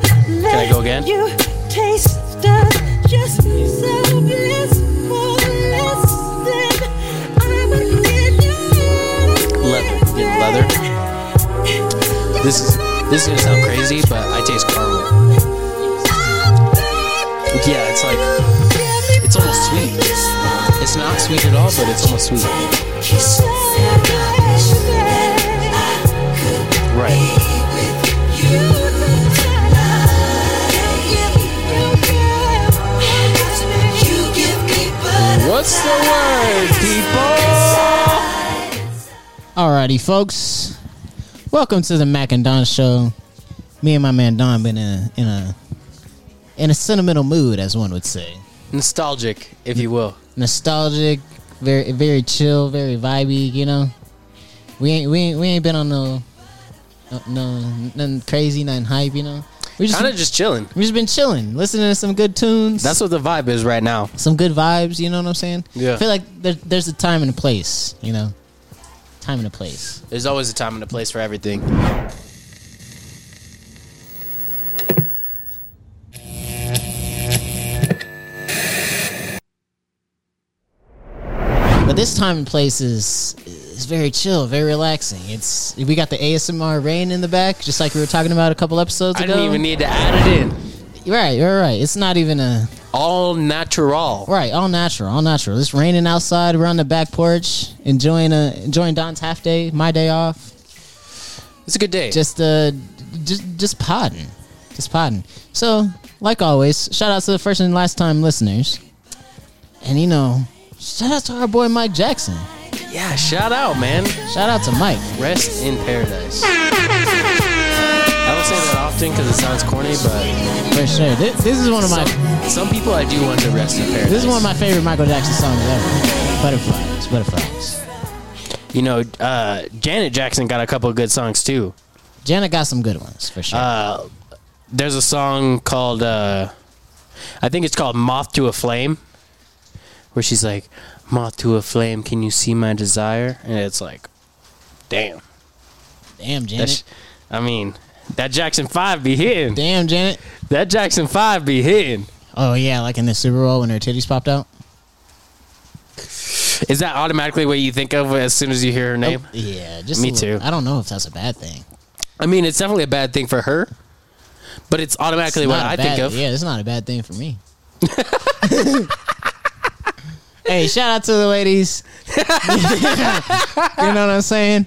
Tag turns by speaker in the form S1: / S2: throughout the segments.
S1: I go again?
S2: You tasted just so blissful, listen, I'm a million
S1: Leather. Yeah, leather. This is this is gonna sound crazy, but I taste caramel. Yeah, it's like it's almost sweet. It's not sweet at all, but it's almost sweet. Right. What's the word, people?
S3: Alrighty, folks. Welcome to the Mac and Don Show. Me and my man Don been in a in a in a sentimental mood, as one would say.
S1: Nostalgic, if you will.
S3: Nostalgic, very very chill, very vibey. You know, we ain't we ain't, we ain't been on no no, no nothing crazy, nothing hype. You know, we just
S1: Kind of just chilling.
S3: we just been chilling, listening to some good tunes.
S1: That's what the vibe is right now.
S3: some good vibes. You know what I'm saying?
S1: Yeah.
S3: I feel like there, there's a time and a place. You know, time and a place.
S1: There's always a time and a place for everything.
S3: But this time and place is is very chill, very relaxing. It's we got the ASMR rain in the back, just like we were talking about a couple episodes
S1: I
S3: ago.
S1: didn't even need to add it in.
S3: right, right, right. It's not even a
S1: All natural.
S3: right. All natural, all natural. It's raining outside. We're on the back porch enjoying a enjoying Don's half day, my day off.
S1: It's a good day.
S3: Just uh, just just podding, just podding. So, like always, shout out to the first and last time listeners, and you know, shout out to our boy Mike Jackson.
S1: yeah, shout out, man.
S3: Shout out to Mike.
S1: Rest in paradise. I don't say that often because it sounds corny, but
S3: For sure. This, this is one of my
S1: some, some people I do want to rest in paradise.
S3: this is one of my favorite Michael Jackson songs ever. Butterflies, butterflies.
S1: You know, uh, Janet Jackson got a couple of good songs too.
S3: Janet got some good ones for sure.
S1: Uh, there's a song called, uh, I think it's called "Moth to a Flame," where she's like, "Moth to a flame, can you see my desire?" And it's like, damn,
S3: Damn Janet.
S1: that's, I mean, that Jackson Five be hitting.
S3: Damn Janet.
S1: That Jackson Five be hitting.
S3: Oh yeah, like in the Super Bowl when her titties popped out.
S1: Is that automatically what you think of as soon as you hear her name?
S3: Oh, yeah, just
S1: Me
S3: a little-
S1: too.
S3: I don't know if that's a bad thing.
S1: I mean, it's definitely a bad thing for her, but it's automatically
S3: It's
S1: what
S3: not a
S1: I
S3: bad-
S1: think of.
S3: Yeah, it's not a bad thing for me. hey, shout out to the ladies. you know what I'm saying?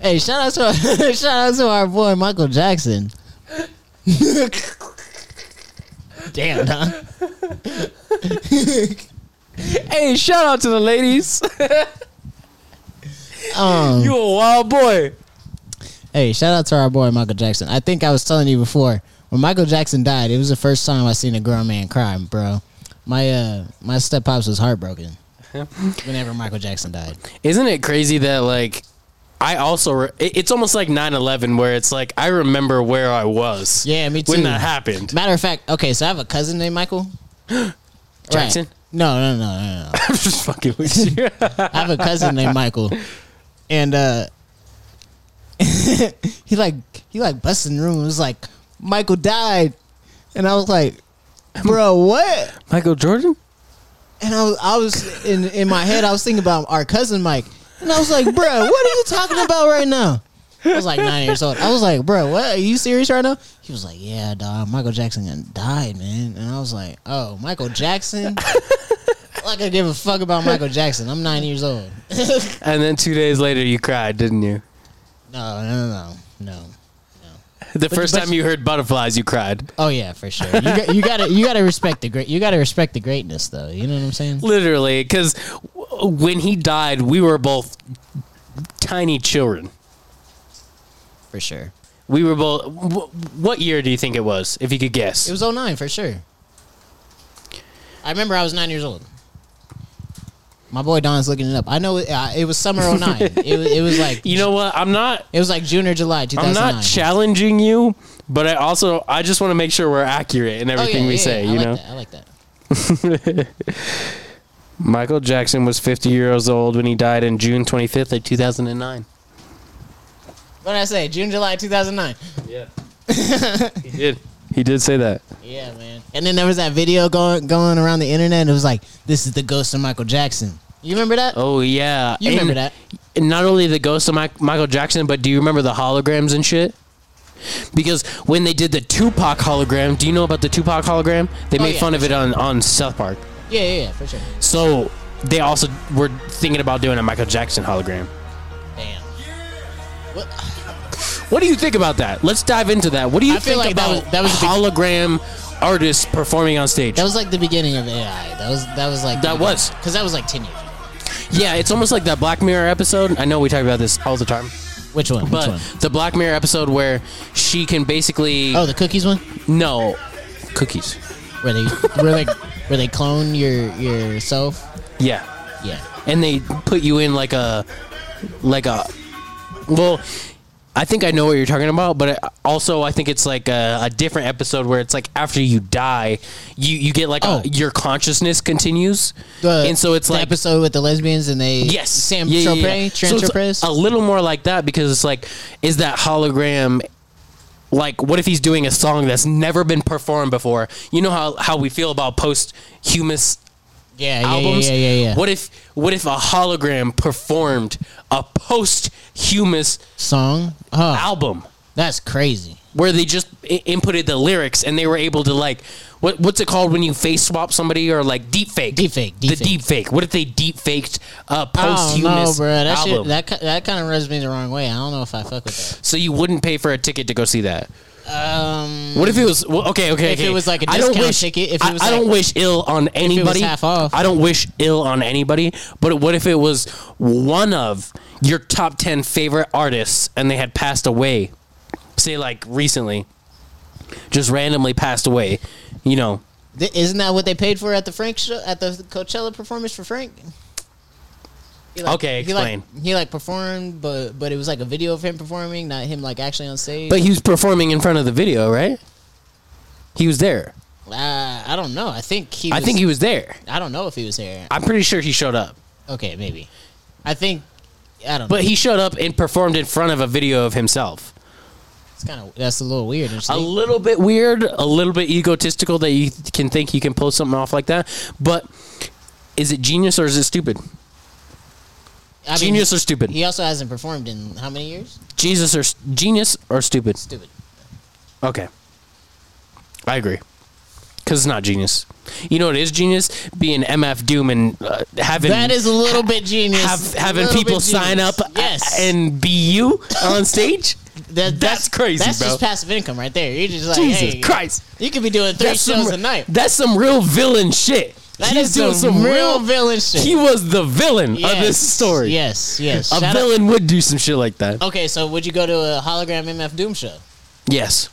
S3: Hey, shout out to shout out to our boy Michael Jackson. Damn, huh?
S1: Hey, shout out to the ladies.
S3: Um,
S1: you a wild boy.
S3: hey, shout out to our boy Michael Jackson. I think I was telling you before when Michael Jackson died, it was the first time I seen a grown man cry, bro. My uh, my step pops was heartbroken whenever Michael Jackson died.
S1: Isn't it crazy that like I also re- it- it's almost like 9/11 where it's like I remember where I was.
S3: Yeah, me too.
S1: When that happened.
S3: Matter of fact, okay, so I have a cousin named Michael
S1: Jackson?
S3: Right. No, no, no, no, no.
S1: I'm just fucking with you.
S3: I have a cousin named Michael, and uh, he like he like busted in the room. and was like Michael died, and I was like, bro, what?
S1: Michael Jordan?
S3: And I was, I was in in my head, I was thinking about our cousin Mike, and I was like, bro, what are you talking about right now? I was like nine years old. I was like, bro, what? Are you serious right now? He was like, yeah, dog. Michael Jackson done died, man. And I was like, oh, Michael Jackson. like I give a fuck about Michael Jackson. I'm nine years old. no,
S1: And then 2 days later you cried, didn't you?
S3: no, no, no.
S1: The first
S3: but-
S1: time you heard butterflies you cried.
S3: Oh yeah, for sure. You, got, you gotta, you gotta respect the great. You gotta respect the greatness, though. You know what I'm saying?
S1: Literally cuz when he died we were both tiny children.
S3: For sure.
S1: We were both wh- what year do you think it was if you could guess?
S3: It was 09 for sure. I remember I was nine years old. My boy Don's looking it up. I know it, uh, it was summer 09. it, was, it was like
S1: you know what? I'm not
S3: it was like June or July
S1: I'm
S3: 2009.
S1: not challenging you, but I also I just want to make sure we're accurate in
S3: Oh, yeah,
S1: everything we
S3: yeah,
S1: say.
S3: yeah. I
S1: you
S3: like
S1: know,
S3: that. I like that.
S1: Michael Jackson was 50 years old when he died in June 25th of 2009.
S3: What did I say? June, July 2009.
S1: Yeah, he did.
S4: He did say that.
S3: Yeah, man. And then there was that video going going around the internet. It was like, this is the ghost of Michael Jackson. You remember that?
S1: Oh yeah,
S3: You
S1: And-
S3: remember that?
S1: and not only the ghost of Mike, Michael Jackson, but do you remember the holograms and shit? Because when they did the Tupac hologram, do you know about the Tupac hologram? They
S3: Oh,
S1: made
S3: yeah,
S1: fun
S3: for
S1: of it on on South Park.
S3: Yeah, yeah, yeah, for sure.
S1: So they also were thinking about doing a Michael Jackson hologram.
S3: Damn.
S1: What do you think about that? Let's dive into that. What do you
S3: I feel
S1: think
S3: like that
S1: about
S3: was- that was a big-
S1: hologram artists performing on stage?
S3: That was like the beginning of AI. That was that was like
S1: That was.
S3: because that was like ten years ago.
S1: yeah, it's almost like that Black Mirror episode. I know we talk about this all the time,
S3: Which one? Which
S1: but
S3: one?
S1: the Black Mirror episode where she can basically
S3: Oh, the cookies one.
S1: no cookies.
S3: Where they where they where they clone your yourself.
S1: Yeah.
S3: Yeah.
S1: and they put you in like a like a well i think i know what you're talking about but I- also i think it's like a, a different episode where it's like after you die you you get like
S3: Oh.
S1: a, your consciousness continues
S3: The,
S1: and so it's
S3: the
S1: like
S3: episode with the lesbians and they
S1: yes
S3: Sam
S1: Yeah, yeah,
S3: Tropez,
S1: yeah.
S3: Tran
S1: So it's
S3: Tropez.
S1: a little more like that because it's like is that hologram like what if he's doing a song that's never been performed before you know how how we feel about post humus
S3: yeah, yeah,
S1: albums.
S3: yeah, yeah, yeah, yeah.
S1: What if what if a hologram performed a posthumous
S3: song? Huh.
S1: album
S3: That's crazy.
S1: where they just I- inputted the lyrics and they were able to like what what's it called when you face swap somebody or like deep fake
S3: Deepfake,
S1: the
S3: deepfake.
S1: deep fake what if they deep faked a
S3: Oh no,
S1: posthumous
S3: bro, that
S1: album
S3: shit, that ki- that kind of rubs me the wrong way. I don't know if I fuck with
S1: so you wouldn't pay for a ticket to go see that
S3: that. Um,
S1: What if it was well, okay? Okay,
S3: If it
S1: okay.
S3: was like a
S1: I don't
S3: discount
S1: wish,
S3: ticket, if it
S1: I-
S3: was
S1: I,
S3: like-
S1: don't wish ill on anybody.
S3: half off.
S1: I don't wish ill on anybody. But what if it was one of your top ten favorite artists and they had passed away, say like recently, just randomly passed away, you know?
S3: Th- isn't that what they paid for at the Frank show, at the Coachella performance for Frank? He
S1: Okay,
S3: he like- He
S1: explain.
S3: like, performed, but but it was like a video of him performing, not him like actually on stage.
S1: But he was performing in front of the video, right? He was there.
S3: uh, I don't know. I think he.
S1: I
S3: was-
S1: think he was there.
S3: I don't know if he was there.
S1: I'm pretty sure he showed up.
S3: Okay, maybe. I think. I don't. know.
S1: But he showed up and performed in front of a video of himself.
S3: It's kind of that's a little weird. don't you
S1: a
S3: think?
S1: little bit weird, a little bit egotistical that you th- can think you can pull something off like that. But is it genius or is it stupid?
S3: I mean,
S1: genius or stupid?
S3: He also hasn't performed in how many years?
S1: Jesus or s- genius or stupid?
S3: Stupid.
S1: Okay, I agree. Cause it's not genius. You know what is genius? Being MF Doom and uh, having
S3: That is a little bit genius.
S1: have, having
S3: Little
S1: people
S3: bit
S1: sign up
S3: genius.
S1: a-
S3: Yes,
S1: and be you on stage.
S3: That-
S1: that's crazy,
S3: That's
S1: bro.
S3: just passive income right there. You're just like,
S1: Jesus
S3: hey,
S1: Christ.
S3: you could be doing three shows a night.
S1: That's some real villain shit.
S3: That
S1: He's
S3: is
S1: doing
S3: some
S1: some
S3: real
S1: real
S3: villain shit.
S1: He was the villain of this story.
S3: Yes, yes.
S1: A
S3: Shout out-
S1: villain would do some shit like that.
S3: Okay, so would you go to a hologram MF Doom show?
S1: Yes.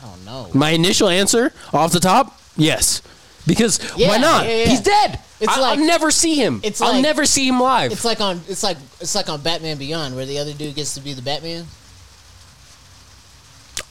S3: I don't know.
S1: My initial answer off the top, yes. Because
S3: Yeah,
S1: why not?
S3: yeah, yeah.
S1: He's dead.
S3: It's
S1: I,
S3: like-
S1: will never see him.
S3: it's
S1: I'll
S3: like-
S1: never see him live.
S3: It's like on. It's like it's like on Batman Beyond, where the other dude gets to be the Batman.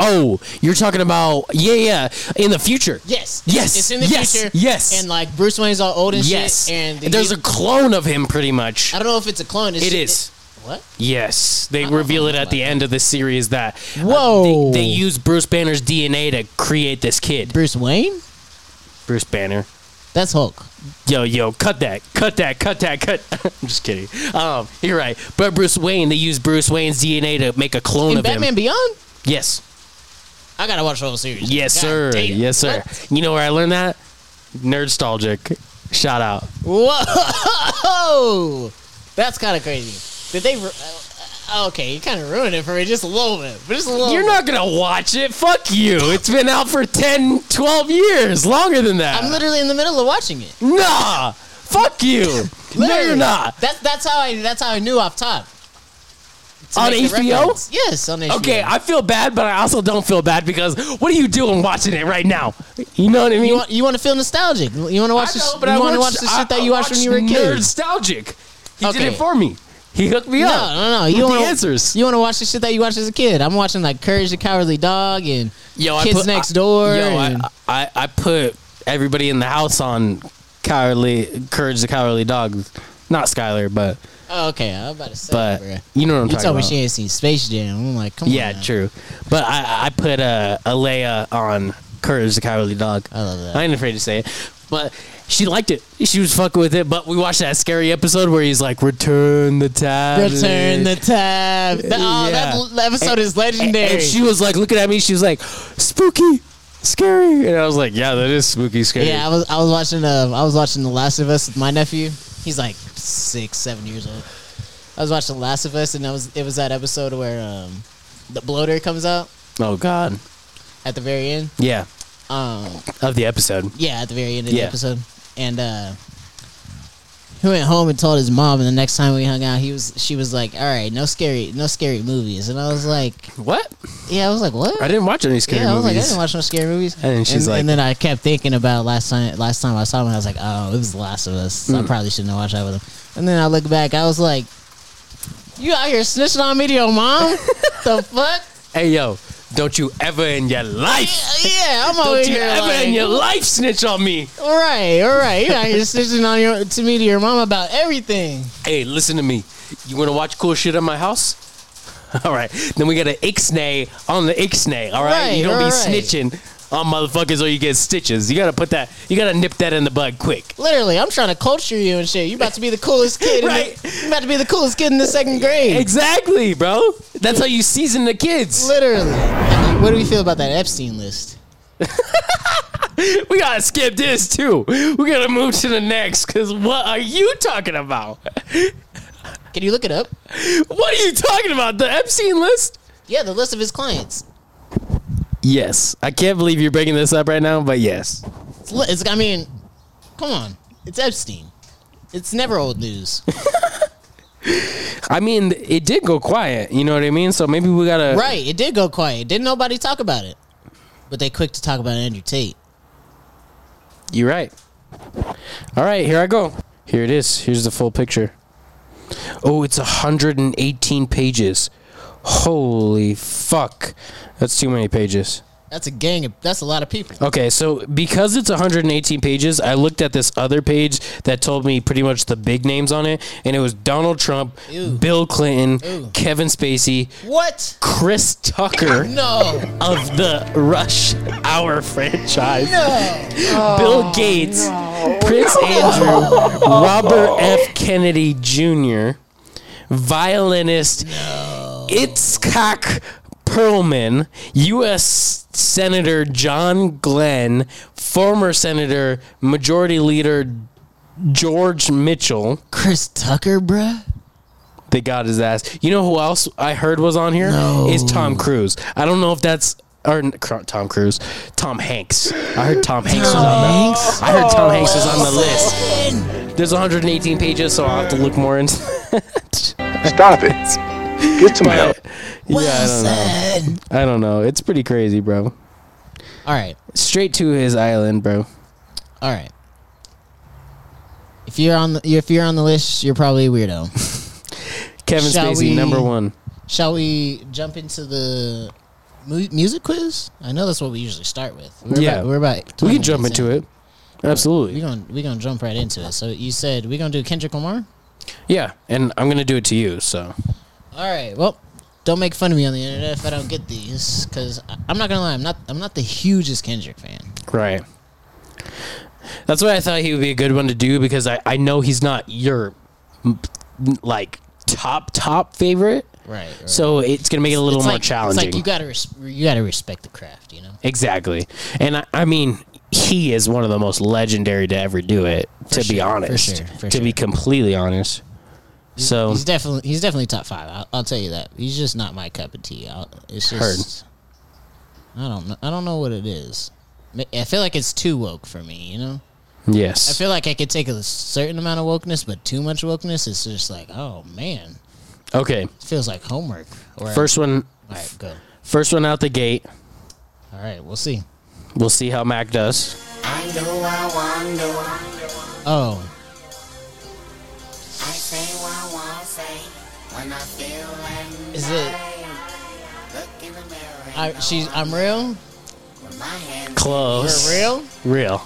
S1: oh, you're talking about yeah, yeah, in the future.
S3: Yes.
S1: Yes,
S3: It's in the
S1: yes,
S3: future.
S1: yes.
S3: And like Bruce Wayne's all old and
S1: Yes.
S3: shit. And the-
S1: there's a clone of him pretty much.
S3: I don't know if it's a clone. It's
S1: It is.
S3: just- what?
S1: Yes, they
S3: don't
S1: reveal
S3: know
S1: it at
S3: about
S1: the end of the series that uh,
S3: Whoa.
S1: they, they use Bruce Banner's DNA to create this kid.
S3: Bruce Wayne?
S1: Bruce Banner.
S3: That's Hulk.
S1: Yo, yo, cut that, cut that, cut that, cut. I'm just kidding. Um, you're right. But Bruce Wayne, they use Bruce Wayne's DNA to make a clone
S3: In
S1: of
S3: Batman
S1: him.
S3: Beyond?
S1: Yes,
S3: I gotta watch the whole series.
S1: yes,
S3: God
S1: sir,
S3: damn.
S1: yes, sir. You know where I learned that? Nerdstalgic. Shout out.
S3: Whoa! That's kind of crazy. Did they? Ru- uh, okay, you kind of ruined it for me just a little bit, but just a little.
S1: You're
S3: bit.
S1: not gonna watch it. Fuck you. It's been out for 10, 12 years, longer than that.
S3: I'm literally in the middle of watching it.
S1: nah. Fuck you. no,
S3: Literally.
S1: you're not.
S3: That's that's how I that's how I knew off top. To
S1: On
S3: make the
S1: HBO?
S3: reference. Yes, on HBO.
S1: Okay, I feel bad, but I also don't feel bad because what are you doing watching it right now? You know what I mean?
S3: you want you want to feel nostalgic. You want to watch this. You
S1: I
S3: want to watch
S1: watched-
S3: the shit
S1: I-
S3: that
S1: I
S3: you watched when you were a
S1: Nerd
S3: kid.
S1: Nostalgic. He
S3: Okay.
S1: did it for me. He hooked me
S3: No,
S1: up.
S3: no, no. You
S1: with
S3: want
S1: the answers.
S3: You want to watch the shit that you watched as a kid. I'm watching like Courage the Cowardly Dog and
S1: Yo,
S3: Kids Next Door.
S1: Yo, I,
S3: and-
S1: I, I put everybody in the house on cowardly courage the cowardly dog. Not Skylar, but
S3: Oh, okay, I was about to say,
S1: But
S3: bruh.
S1: you know what I'm
S3: You
S1: talking
S3: told me
S1: about.
S3: she ain't seen Space Jam. I'm like, come
S1: yeah,
S3: on. now.
S1: true. But I I put uh, Alea on Courage the Cowardly Dog.
S3: I love that.
S1: I ain't afraid to say it. But she liked it. She was fucking with it. But we watched that scary episode where he's like, "Return the tab."
S3: Return the tab. That, oh,
S1: Yeah.
S3: that, that episode is
S1: And-
S3: legendary.
S1: And she was like looking at me. She was like, "Spooky, scary," and I was like, "Yeah, that is spooky, scary."
S3: yeah, I was I was watching uh, I was watching The Last of Us with my nephew. He's like six, seven years old. I was watching The Last of Us, and that was it was that episode where um, the bloater comes out
S1: Oh God.
S3: at the very end.
S1: Yeah.
S3: Um,
S1: Of the episode.
S3: Yeah, at the very end of
S1: Yeah.
S3: the episode. And uh he went home and told his mom and the next time we hung out he was she was like, All right, no scary no scary movies and I was like
S1: What?
S3: Yeah, I was like, What?
S1: I didn't watch any scary
S3: yeah, I was like, I
S1: movies.
S3: didn't watch no scary movies.
S1: And then she's
S3: and,
S1: like-
S3: and then I kept thinking about last time. Last time I saw him, I was like, oh, it was The Last of Us. So I
S1: Mm.
S3: probably shouldn't have watched that with him. And then I look back, I was like, you out here snitching on me to your mom? the fuck?
S1: hey yo, don't you ever in your life,
S3: Yeah, Oh, I'm over
S1: don't you
S3: here.
S1: ever
S3: like,
S1: in your life snitch on me.
S3: All right, all right. You're out here snitching on your to me to your mom about everything.
S1: Hey, listen to me. You want to watch cool shit at my house? All right. Then we got an ixnay on the ixnay. All right.
S3: Right,
S1: you don't be
S3: right.
S1: snitching on motherfuckers or you get stitches. You gotta put that. You gotta nip that in the bud quick.
S3: Literally, I'm trying to culture you and shit. You about to be the coolest kid.
S1: Right.
S3: In the, you about to be the coolest kid in the second grade.
S1: Exactly, bro. That's how you season the kids.
S3: Literally. I mean, what do we feel about that Epstein list?
S1: We gotta skip this too. We gotta move to the next. Cause what are you talking about?
S3: Can you look it up?
S1: What are you talking about? The Epstein list?
S3: Yeah, the list of his clients.
S1: Yes. I can't believe you're breaking this up right now, but yes.
S3: It's, li- it's I mean, come on. It's Epstein. It's never old news.
S1: I mean, it did go quiet. You know what I mean? So maybe we gotta.
S3: right. It did go quiet. Didn't nobody talk about it. But they quick to talk about Andrew Tate.
S1: You're right. All right, here I go. Here it is. Here's the full picture. Oh, it's 118 pages. Holy fuck. That's too many pages.
S3: That's a gang of that's a lot of people.
S1: Okay, so because it's 118 pages, I looked at this other page that told me pretty much the big names on it, and it was Donald Trump,
S3: Ew.
S1: Bill Clinton,
S3: Ew.
S1: Kevin Spacey,
S3: What?
S1: Chris Tucker
S3: No.
S1: of the Rush Hour franchise.
S3: No.
S1: Bill Gates, Prince Andrew, Robert F. Kennedy Jr., violinist Itzhak Perlman, U.S. Senator John Glenn, former Senator Majority Leader George Mitchell.
S3: Chris Tucker, bruh?
S1: They got his ass. You know who else I heard was on here? Is
S3: No.
S1: Tom Cruise. I don't know if that's or n- cr- Tom Cruise, Tom Hanks. I heard Tom Hanks was on the
S3: Thanks.
S1: I heard Tom Hanks was on the list. There's 118 pages, so I'll have to look more into.
S4: Stop it. Get some help.
S1: yeah, I don't know. I don't know. It's pretty crazy, bro.
S3: All right.
S1: Straight to his island, bro.
S3: All right. If you're on the if you're on the list, you're probably a weirdo.
S1: Kevin
S3: Shall
S1: Spacey,
S3: we-
S1: number one.
S3: Shall we jump into the mu- music quiz? I know that's what we usually start with. We're
S1: Yeah.
S3: about, we're about.
S1: We can jump into it.
S3: We're
S1: Absolutely.
S3: gonna we're gonna jump right into it. So you said we're gonna do Kendrick Lamar.
S1: Yeah, and I'm gonna do it to you. So
S3: All right. Well, don't make fun of me on the internet if I don't get these, because I'm not gonna lie. I'm not I'm not the hugest Kendrick fan.
S1: right. That's why I thought he would be a good one to do because I I know he's not your m- like top top favorite,
S3: Right. right.
S1: so it's gonna make it a little
S3: It's
S1: more
S3: like-
S1: challenging.
S3: It's like you gotta res- you gotta respect the craft. You know.
S1: Exactly. And I, I mean, he is one of the most legendary to ever do it, to be
S3: sure, for
S1: honest.
S3: sure, for
S1: to be
S3: sure.
S1: completely honest. So,
S3: He's definitely he's definitely top five. I'll, I'll tell you that. He's just not my cup of tea. I'll, it's just I don't know. I don't know what it is. Ma- I feel like it's too woke for me. You know. I
S1: yes.
S3: feel like I could take a certain amount of wokeness, but too much wokeness is just like, oh man,
S1: Okay.
S3: it feels like homework. Or,
S1: First one
S3: all right, go.
S1: first one out the gate.
S3: All right, we'll see.
S1: We'll see how Mac does.
S3: Oh, is it? I, she's I'm real.
S1: Close.
S3: We're real
S1: Real.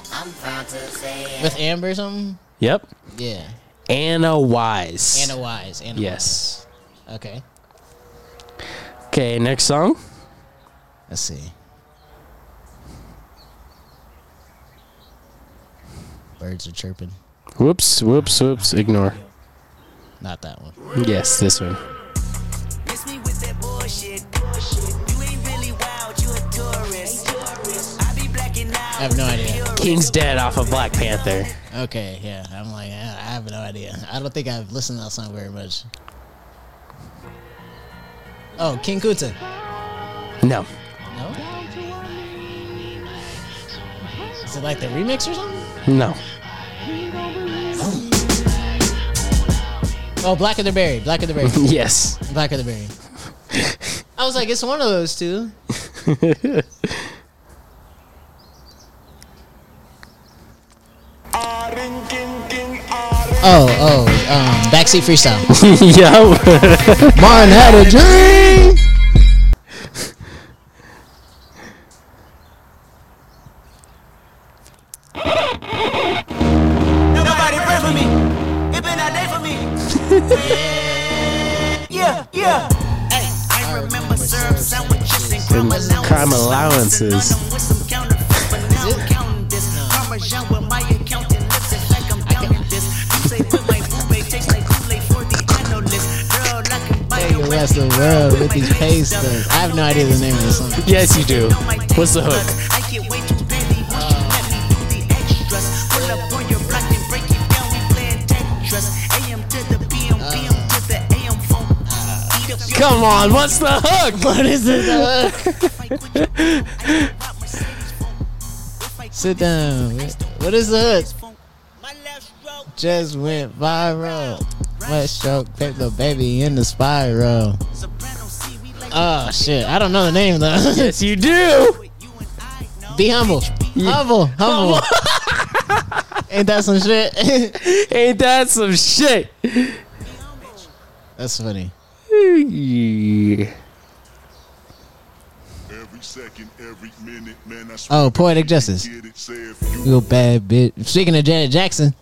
S3: with Amber or something.
S1: Yep.
S3: Yeah.
S1: Anna Wise.
S3: Anna Wise. Anna
S1: Yes.
S3: Wise. Okay.
S1: Okay, next song.
S3: Let's see. Birds are chirping.
S1: Whoops, whoops, whoops. Ignore.
S3: Not that one.
S1: Yes, this one.
S5: Miss me with that bullshit. You ain't really wild, you a tourist. I be blacking out.
S3: I have no idea.
S1: King's Dead off of Black Panther.
S3: Okay, yeah. I'm like, I I have no idea. I don't think I've listened to that song very much. Oh, King Kunta.
S1: No.
S3: No? Is it like the remix or something?
S1: No.
S3: Oh, Black of the Berry. Black of the Berry.
S1: Yes.
S3: Black of the Berry. I was like, it's one of those two. Oh, oh, um, backseat freestyle.
S1: Yo.
S3: Mine had a dream.
S5: Nobody pray for me. It been a day for me. yeah, yeah. Hey, I remember syrup sandwiches and crime allowances.
S1: crime
S5: Bustin' on
S1: allowances.
S5: 'em with some counterfeit, but now I'm counting this. Parmesan with my accountant lips, it's like I'm counting this. You say with my boobay, tastes like Kool-Aid for the analyst. Girl, I can buy
S3: Take the
S5: your
S3: rest of the world with these pace stuff. I have no idea the name of this song.
S1: yes, you do. What's the hook?
S5: I get way too petty once you let me do the extras. Pull up on your block and break it down. We playing Tetris. AM to the PM, PM to the AM phone. Eat up your
S1: Come on, what's the hook? What is it?
S5: fight with your phone. I can rock Mercedes phone. If I
S3: Sit down. What is the hook?
S5: phone, my left stroke.
S3: Just went viral. What stroke? Put the baby in the spiral.
S5: Soprano C, we like
S3: Oh shit! I don't know the name though.
S1: Yes, you do.
S5: what you and I know.
S3: Be humble, humble, humble. Ain't that some shit?
S1: Ain't that some shit?
S3: That's funny.
S6: Every second, every minute, man, I swear
S3: Oh, poetic justice.
S6: get it. Say if you
S3: You a bad bitch. Speaking of Janet Jackson.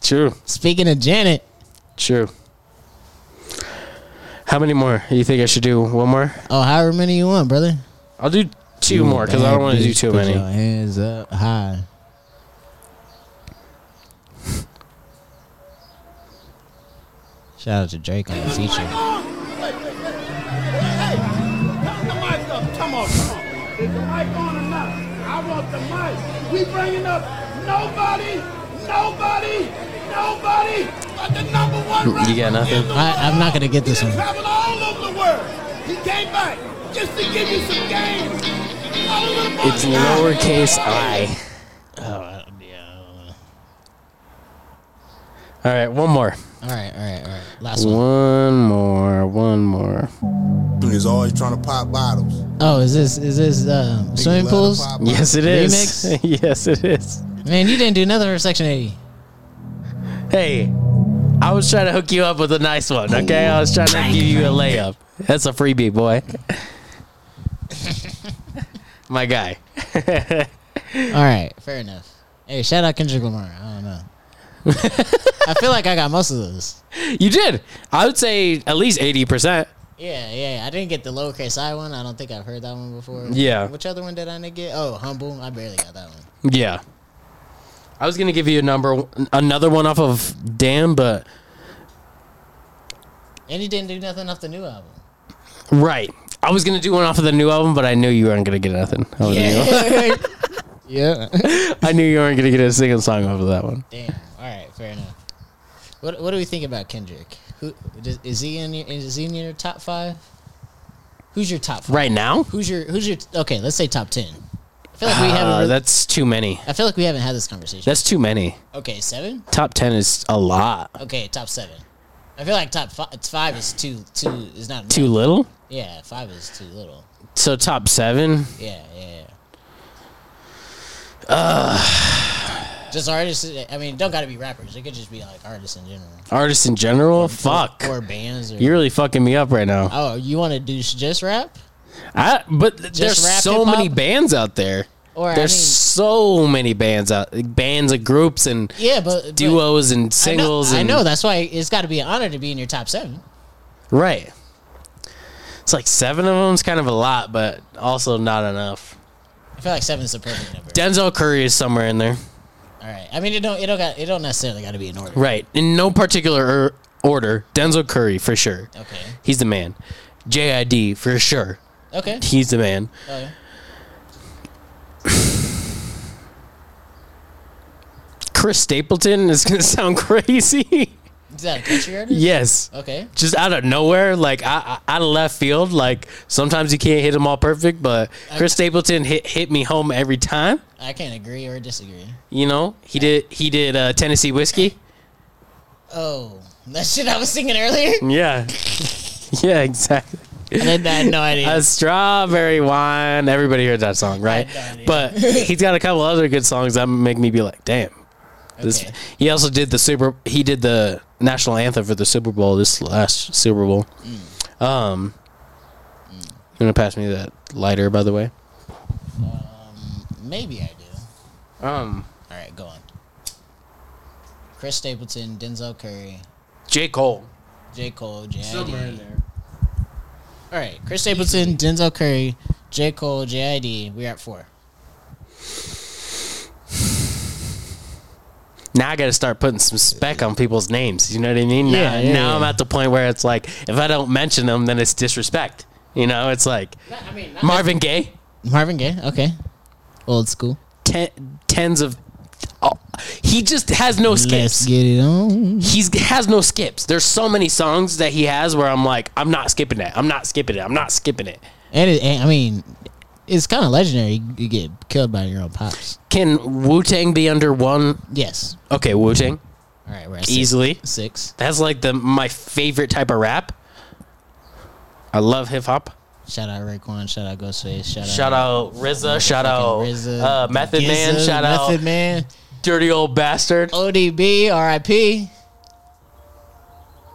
S1: True.
S3: Speaking of Janet.
S1: True. How many more? You think I should do one more?
S3: Oh, however many you want, brother.
S1: I'll do two more because I don't want to do too
S3: Put
S1: many.
S3: Your hands up high. Shout out to Drake on the feature.
S7: Turn the mic up. Come on, come on. Is the mic on or not? I want the mic. We bringing up nobody, nobody, nobody but the number one rapper
S1: got nothing?
S7: in the
S3: I, I'm not gonna get
S7: He
S3: this
S7: done
S3: one.
S7: traveled all over the world. He came back just to give you some game. All over the
S1: It's
S7: fucking
S1: lowercase i. All right, one more.
S3: All right, all right, all right. Last one.
S1: One more. One more.
S8: Is always trying to pop bottles.
S3: Oh, is this is this um, swimming
S8: Love to
S3: pools?
S8: pop bottles.
S1: Yes, it is. yes, it is.
S3: Man, you didn't do nothing for Section 80.
S1: Hey, I was trying to hook you up with a nice one, okay? I was trying to give you a layup. That's a freebie, boy. My guy.
S3: All right, fair enough. Hey, shout out Kendrick Lamar. I don't know. I feel like I got most of those.
S1: You did. I would say at least 80%.
S3: Yeah, yeah. I didn't get the lowercase i one. I don't think I've heard that one before.
S1: Yeah.
S3: Which other one did I not get? Oh, humble. I barely got that one.
S1: Yeah. I was going to give you a number, another one off of Dan, but
S3: And you didn't do nothing off the new album.
S1: right. I was going to do one off of the new album, but I knew you weren't going to get nothing. off of the new album.
S3: yeah.
S1: I knew you weren't going to get a single song off of that one.
S3: Damn. All right. Fair enough. What What do we think about Kendrick? Who does, is he in? Your, is he in your top five? Who's your top five?
S1: Right now?
S3: Who's your Who's your Okay, let's say top ten. I feel like we haven't.
S1: Uh,
S3: really-
S1: that's too many.
S3: I feel like we haven't had this conversation.
S1: That's too many.
S3: Okay, seven.
S1: Top 10 is a lot.
S3: Okay, top seven. I feel like top five, five is too too is not
S1: Too
S3: enough.
S1: little?
S3: Yeah, five is too little.
S1: So top seven?
S3: Yeah, yeah. Uh, just artists. I mean, don't got to be rappers. It could just be like artists in general.
S1: Artists in general? Oh, Fuck.
S3: Or bands. Or,
S1: You're really fucking me up right now.
S3: oh, you want to do sh- just rap?
S1: I, but th- there's
S3: rap
S1: so
S3: hip-hop?
S1: many bands out there.
S3: Or
S1: There's
S3: I
S1: so many bands out, bands and groups and
S3: mean, yeah, but but
S1: duos and
S3: I know-
S1: singles.
S3: I
S1: and,
S3: know, that's why it's got to be an honor to be in your top seven.
S1: Right. It's like seven of them's kind of a lot, but also not enough.
S3: I feel like seven's the perfect number.
S1: Denzel Curry is somewhere in there.
S3: All right, I mean it don't it don't got it don't necessarily got to be in order.
S1: Right. In no particular er- order, Denzel Curry for sure.
S3: Okay.
S1: He's the man. JID for sure.
S3: Okay.
S1: He's the man.
S3: Oh, yeah.
S1: Chris Stapleton is going to sound crazy.
S3: Is that a country artist?
S1: yes.
S3: Okay.
S1: Just out of nowhere, like I, I, out of left field. Like sometimes you can't hit them all perfect, but Chris Stapleton hit, hit me home every time.
S3: I can't agree or disagree.
S1: You know, he did he did uh, Tennessee whiskey.
S3: Oh, that shit I was singing earlier.
S1: Yeah. yeah, exactly.
S3: I had, I had no idea.
S1: A strawberry wine. Everybody heard that song, right?
S3: no idea.
S1: But he's got a couple other good songs that make me be like, damn. This,
S3: Okay.
S1: He also did the super. He did the national anthem for the Super Bowl. This last Super Bowl.
S3: Mm.
S1: Um, you gonna pass me that lighter, by the way.
S3: Maybe I do.
S1: Um,
S3: All right, go on. Chris Stapleton, Denzel Curry,
S1: J Cole.
S3: J. Cole, J.
S1: Somewhere in
S3: All
S1: there.
S3: right, Chris Stapleton, Denzel Curry, J. Cole, J.I.D. We're at four.
S1: Now I got to start putting some spec on people's names. You know what I mean?
S3: Yeah,
S1: now,
S3: yeah,
S1: now
S3: yeah.
S1: I'm at the point where it's like, if I don't mention them, then it's disrespect. You know, it's like
S3: I mean,
S1: Marvin Gaye.
S3: Marvin Gaye. Okay, old school.
S1: ten, tens of. Oh, he just has no
S3: Let's
S1: skips.
S3: get it on.
S1: He's has no skips. There's so many songs that he has where I'm like, I'm not skipping that. I'm not skipping it. I'm not skipping it.
S3: And, it, and I mean, it's kind of legendary. You, you get killed by your own pops.
S1: Can Wu Tang be under one?
S3: Yes.
S1: Okay, Wu Tang
S3: All right, we're at six.
S1: easily.
S3: Six.
S1: That's like the my favorite type of rap. I love hip hop.
S3: Shout out Raekwon. Shout out Ghostface. Shout,
S1: Shout
S3: out.
S1: out RZA. Shout out
S3: RZA,
S1: uh, Method Man.
S3: Gizza,
S1: Shout
S3: Method
S1: out
S3: Man.
S1: Dirty Old Bastard. Uh
S3: ODB. R.I.P.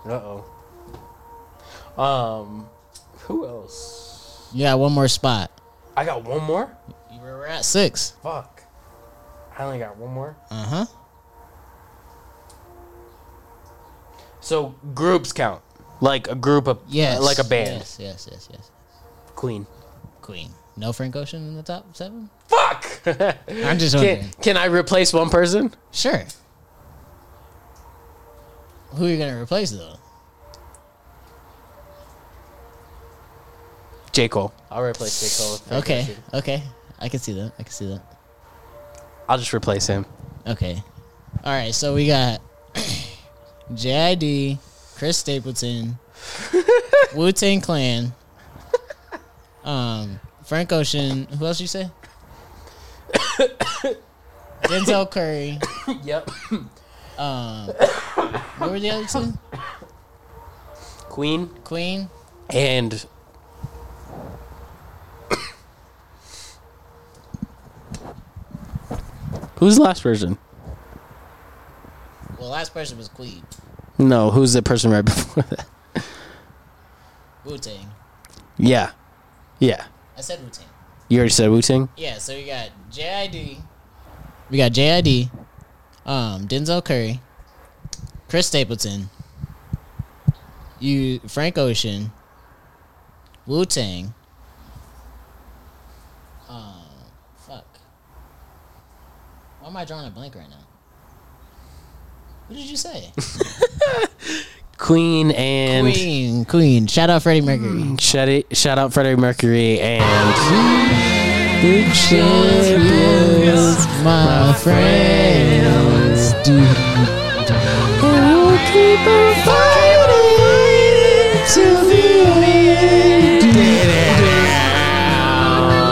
S1: oh. Um, who else?
S3: You got one more spot.
S1: I got one more.
S3: We're at six.
S1: Fuck. I only got one more.
S3: Uh huh.
S1: So groups count. Like a group of
S3: Yes.
S1: Uh, like a band.
S3: Yes, yes, yes, yes.
S1: Queen.
S3: Queen. No Frank Ocean in the top seven?
S1: Fuck.
S3: I'm just wondering.
S1: can, can I replace one person?
S3: Sure. Who are you going to replace, though?
S1: J. Cole. I'll replace J. Cole. with Frank
S3: Okay.
S1: Ocean.
S3: Okay. I can see that. I can see that.
S1: I'll just replace him.
S3: Okay. All right. So we got JID, Chris Stapleton, Wu Tang Clan, um, Frank Ocean. Who else you say? Denzel Curry. Um,
S1: Yep.
S3: What were the other two?
S1: Queen
S3: Queen.
S1: and Who's the last person?
S3: Well, last person was Queen.
S1: No, who's the person right before that?
S3: Wu Tang.
S1: Yeah. Yeah.
S3: I said Wu Tang.
S1: You already said Wu Tang?
S3: Yeah, so we got JID. We got JID, um, Denzel Curry, Chris Stapleton, you Frank Ocean, Wu Tang. Um, fuck. Why am I drawing a blank right now? What did you say?
S1: Queen and
S3: Queen, Queen. Shout out Freddie Mercury.
S1: Shout, it, shout out Freddie Mercury and
S3: My friends,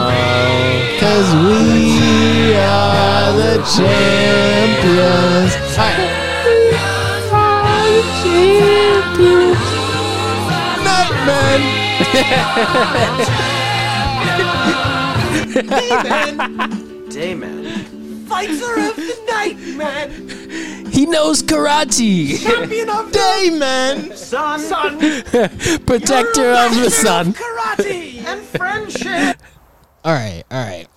S3: Cause we are the champions.
S1: Dayman.
S2: Fighter of the night, man.
S1: He knows karate.
S2: Champion of
S1: Dayman,
S2: sun. Sun.
S1: protector of the sun.
S2: Karate and friendship.
S3: All right, all right.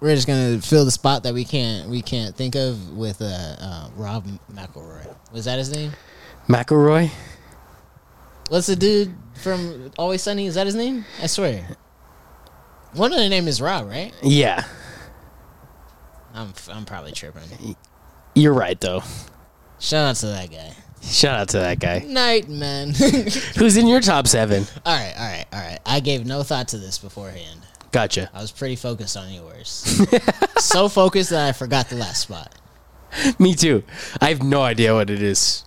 S3: we're just gonna fill the spot that we can't we can't think of with uh, uh Rob McElroy. Was that his name?
S1: McElroy?
S3: What's the dude from Always Sunny? Is that his name? I swear. One of the name is Rob, right?
S1: Yeah.
S3: I'm I'm probably tripping.
S1: You're right, though.
S3: Shout out to that guy.
S1: Shout out to that guy.
S3: Night man.
S1: Who's in your top seven?
S3: all right, all right, all right. I gave no thought to this beforehand.
S1: Gotcha.
S3: I was pretty focused on yours. so focused that I forgot the last spot.
S1: Me too. I have no idea what it is.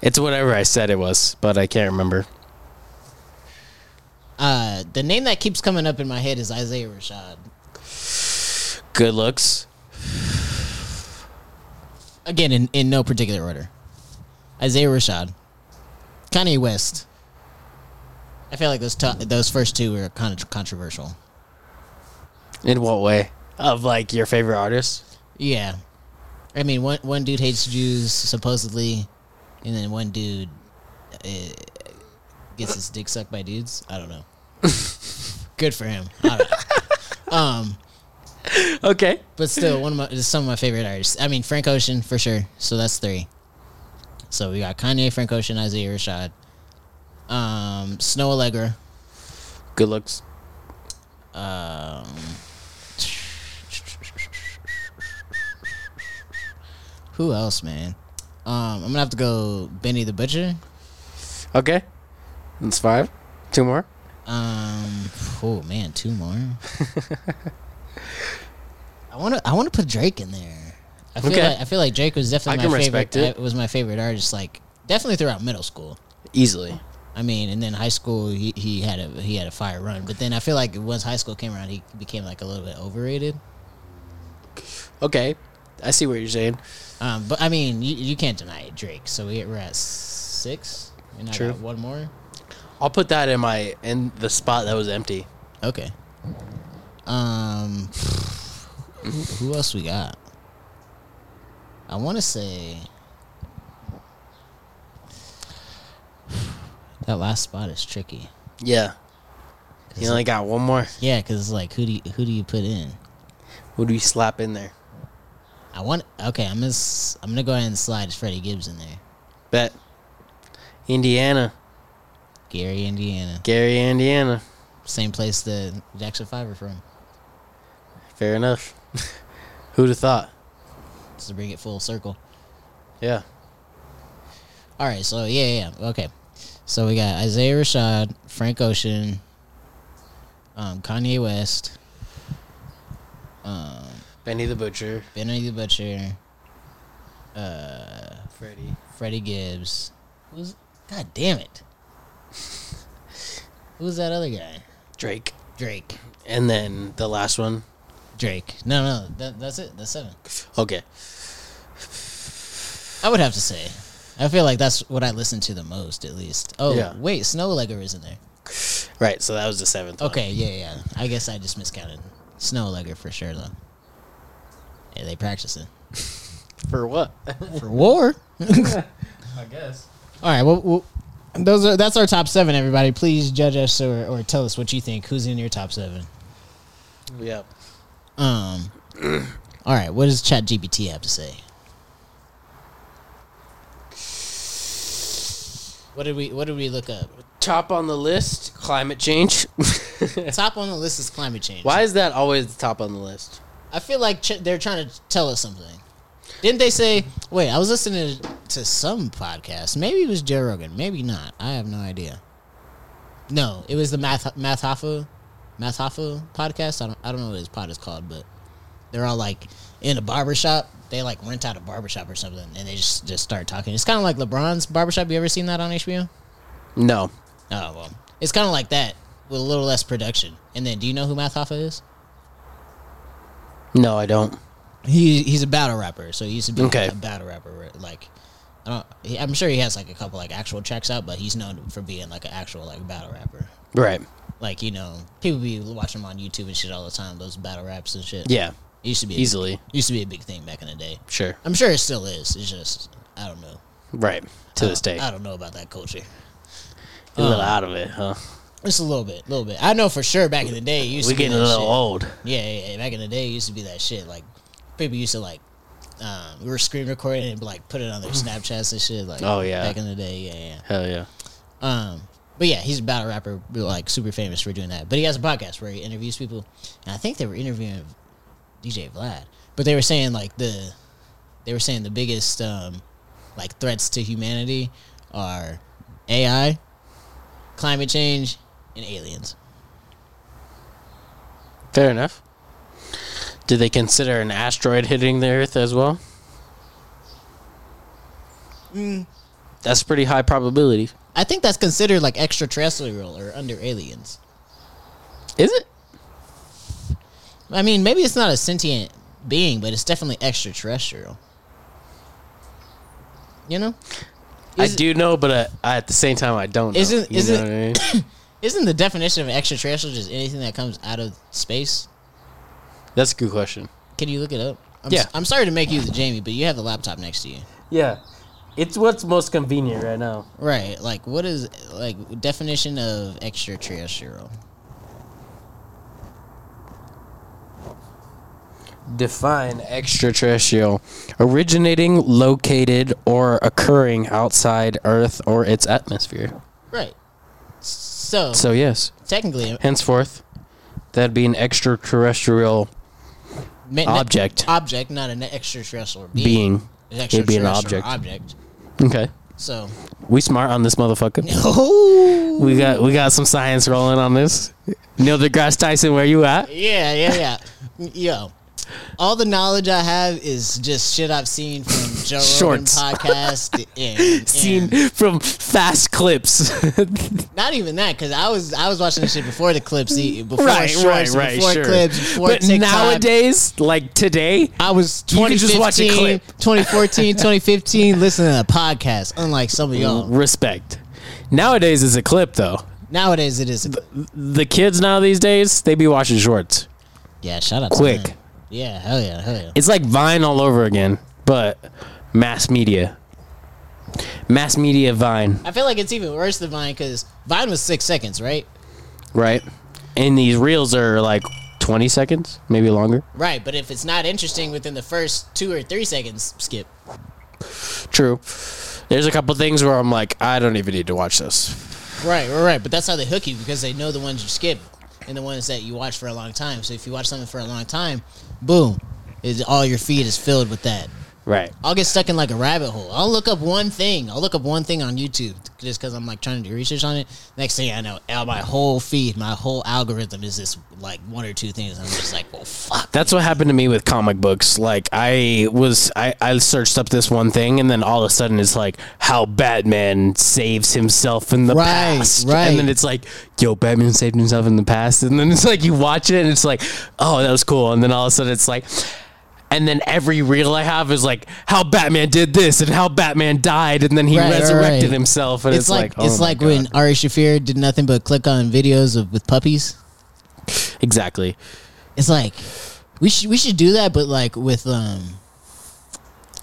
S1: It's whatever I said it was, but I can't remember.
S3: Uh, the name that keeps coming up in my head is Isaiah Rashad.
S1: Good looks.
S3: Again, in, in no particular order. Isaiah Rashad, Kanye West. I feel like those to those first two were kind of controversial.
S1: In what way? Of like your favorite artist?
S3: Yeah, I mean one one dude hates Jews supposedly, and then one dude uh, gets his dick sucked by dudes. I don't know. Good for him. I don't know. Um,
S1: Okay.
S3: but still, one of my it's some of my favorite artists. I mean, Frank Ocean for sure. So that's three. So we got Kanye, Frank Ocean, Isaiah Rashad, um, Snow Allegra.
S1: Good looks.
S3: Who else, man? Um, I'm gonna have to go Benny the Butcher.
S1: Okay. That's five. Two more.
S3: Um, oh man, two more. I want to. I want to put Drake in there. I feel
S1: Okay.
S3: like I feel like Drake was definitely
S1: I
S3: my
S1: can
S3: favorite.
S1: respect it.
S3: It was my favorite artist, like definitely throughout middle school.
S1: Easily.
S3: I mean, and then high school, he, he had a he had a fire run. But then I feel like once high school came around, he became like a little bit overrated.
S1: Okay. I see what you're saying.
S3: Um, but I mean, you, you can't deny it, Drake. So we, we're at six, and I
S1: True.
S3: got one more.
S1: I'll put that in my in the spot that was empty.
S3: Okay. Um, who, who else we got? I want to say that last spot is tricky.
S1: Yeah. You only got one more.
S3: Yeah, because it's like who do you, who do you put in?
S1: What do you slap in there?
S3: I want okay. I'm gonna s- I'm gonna go ahead and slide Freddie Gibbs in there.
S1: Bet. Indiana.
S3: Gary, Indiana,
S1: Gary, Indiana.
S3: same place that Jackson Five are from.
S1: Fair enough. Who'd have thought?
S3: Just to bring it full circle.
S1: Yeah.
S3: All right, so yeah, yeah, yeah, okay. So we got Isaiah Rashad, Frank Ocean, um, Kanye West,
S1: Benny the Butcher.
S3: Benny the Butcher, uh,
S1: Freddie.
S3: Freddie Gibbs. Who's? God damn it! Who's that other guy?
S1: Drake.
S3: Drake.
S1: And then the last one.
S3: Drake. No, no, that, that's it. That's seven.
S1: Okay.
S3: I would have to say. I feel like that's what I listen to the most, at least. Oh
S1: Yeah.
S3: wait, Snow Allegra is in there.
S1: Right, so that was the seventh one.
S3: Okay, yeah, yeah. I guess I just miscounted. Snow Allegra for sure though. Yeah, they practicing.
S1: For what?
S3: for war.
S1: I guess.
S3: All right. Well, well, those are that's our top seven. Everybody, please judge us or, or tell us what you think. Who's in your top seven?
S1: Yeah.
S3: Um. All right. What does ChatGPT have to say? What did we What did we look up?
S1: Top on the list, climate change.
S3: top on the list is climate change.
S1: Why is that always the top on the list?
S3: I feel like ch- they're trying to tell us something. Didn't they say? Wait, I was listening to, to some podcast. Maybe it was Joe Rogan. Maybe not. I have no idea. No, it was the Math Math Hoffa, Math Hoffa podcast. I don't I don't know what his pod is called, but they're all like in a barbershop. They like rent out a barbershop or something, and they just just start talking. It's kind of like LeBron's barbershop. You ever seen that on HBO?
S1: No.
S3: Oh well, it's kind of like that with a little less production. And then, do you know who Math Hoffa is?
S1: No, I don't.
S3: He he's a battle rapper, so he used to be
S1: Okay.
S3: a battle rapper. where, Like, I don't, he, I'm sure he has like a couple like actual tracks out, but he's known for being like an actual like battle rapper.
S1: Right.
S3: Like you know, people be watching him on YouTube and shit all the time. Those battle raps and shit.
S1: Yeah.
S3: It used to be
S1: Easily.
S3: used to be a big thing back in the day.
S1: Sure.
S3: I'm sure it still is. It's just I don't know.
S1: Right. To this
S3: I
S1: day.
S3: don't- I don't know about that culture.
S1: a little out of it, huh?
S3: Just a little bit, a little bit. I know for sure. Back in the day, it used
S1: We're
S3: to be
S1: getting a
S3: that
S1: little
S3: shit.
S1: old.
S3: Yeah, yeah, yeah, back in the day, it used to be that shit. Like people used to like, um, we were screen recording and like put it on their Snapchats and shit. Like,
S1: Oh, yeah.
S3: back in the day, yeah,
S1: Hell yeah.
S3: yeah. Um, but yeah, he's a battle rapper, like super famous for doing that. But he has a podcast where he interviews people, and I think they were interviewing DJ Vlad, but they were saying like the, they were saying the biggest um, like threats to humanity are AI, climate change, and aliens.
S1: Fair enough. Did they consider an asteroid hitting the Earth as well? Mm. That's pretty high probability.
S3: I think that's considered like extraterrestrial or under aliens.
S1: Is it?
S3: I mean, maybe it's not a sentient being, but it's definitely extraterrestrial. You know,
S1: I
S3: Is-
S1: do know, but uh, I, at the same time, I don't. Know.
S3: Isn't-
S1: You
S3: isn't-
S1: know what I mean?
S3: isn't the definition of extraterrestrial just anything that comes out of space?
S1: That's a good question.
S3: Can you look it up? I'm
S1: Yeah.
S3: S- I'm sorry to make you the Jamie, but you have the laptop next to you,
S1: Yeah, it's what's most convenient right now.
S3: right? Like, what is like definition of extraterrestrial?
S1: Define extraterrestrial: originating, located, or occurring outside Earth or its atmosphere.
S3: Right. So,
S1: So yes,
S3: technically,
S1: henceforth, that'd be an extraterrestrial
S3: ma-
S1: Object.
S3: object, not an extraterrestrial being.
S1: being.
S3: An
S1: It'd be an
S3: extraterrestrial
S1: object.
S3: object.
S1: Okay,
S3: So,
S1: we smart on this motherfucker.
S3: oh,
S1: We got we got some science rolling on this. Neil deGrasse Tyson, where you at?
S3: Yeah, yeah, yeah. Yo, all the knowledge I have is just shit I've seen from Joe
S1: Shorts.
S3: Rogan podcast. And, and
S1: Seen from fast clips.
S3: Not even that, because I was I was watching this shit before the clips, e- before
S1: right,
S3: shorts,
S1: right, right,
S3: before
S1: sure.
S3: clips, before
S1: but
S3: TikTok.
S1: nowadays, like today,
S3: I was
S1: You could just watch a
S3: 2015, 2014, 2015 listening to a podcast, unlike some of
S1: Mm.
S3: y'all.
S1: respect. Nowadays is a clip though.
S3: Nowadays it is.
S1: The kids now these days, they be watching shorts.
S3: Yeah, shout out
S1: Quick.
S3: to them. Yeah, hell yeah, hell yeah.
S1: It's like Vine all over again, but mass media. Mass media Vine,
S3: I feel like it's even worse than Vine, because Vine was six seconds, right?
S1: right? And these reels are like 20 seconds, maybe longer.
S3: Right, but if it's not interesting within the first two or three seconds, skip.
S1: True. There's a couple things where I'm like, I don't even need to watch this.
S3: Right, right, right. But that's how they hook you because they know the ones you skip and the ones that you watch for a long time. So if you watch something for a long time, boom, is all your feed is filled with that.
S1: Right.
S3: I'll get stuck in like a rabbit hole. I'll look up one thing. I'll look up one thing on YouTube just because I'm like trying to do research on it. Next thing I know, uh, my whole feed, my whole algorithm is this like one or two things. I'm just like, well, fuck.
S1: That's what happened to me with comic books. Like I was, I, I searched up this one thing, and then all of a sudden it's like how Batman saves himself in the
S3: Right,
S1: past,
S3: right.
S1: and then it's like, yo, Batman saved himself in the past, and then it's like you watch it, and it's like, oh, that was cool, and then all of a sudden it's like. And then every reel I have is like how Batman did this and how Batman died and then he
S3: Right, right,
S1: resurrected
S3: right.
S1: himself and
S3: It's,
S1: it's,
S3: like,
S1: oh
S3: it's
S1: my
S3: like
S1: God.
S3: when Ari Shafir did nothing but click on videos of with puppies.
S1: exactly
S3: It's like we should we should do that, but like with um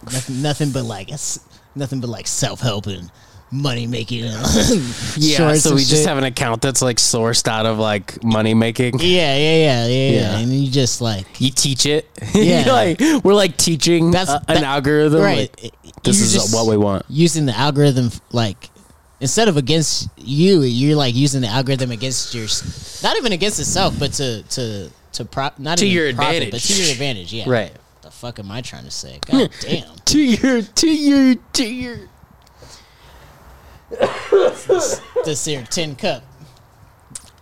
S3: nothing, nothing but like it's nothing but like self helping, money making.
S1: yeah
S3: shorts
S1: so
S3: and
S1: we just
S3: shit.
S1: have an account that's like sourced out of like money making
S3: yeah, yeah, yeah, yeah, yeah,
S1: Yeah.
S3: and you just like
S1: you teach it.
S3: Yeah.
S1: You're like we're like teaching
S3: That's-
S1: uh, an
S3: that-
S1: algorithm.
S3: right.
S1: like, this
S3: You're
S1: is
S3: just
S1: what we want.
S3: using the algorithm f- like. Instead of against you, you're like using the algorithm against your, s- not even against itself, but to to to prop not
S1: To
S3: even
S1: your
S3: profit, but
S1: advantage.
S3: to your advantage. Yeah,
S1: Right.
S3: The fuck am I trying to say? God damn.
S1: To your, to your, to your.
S3: This here tin cup.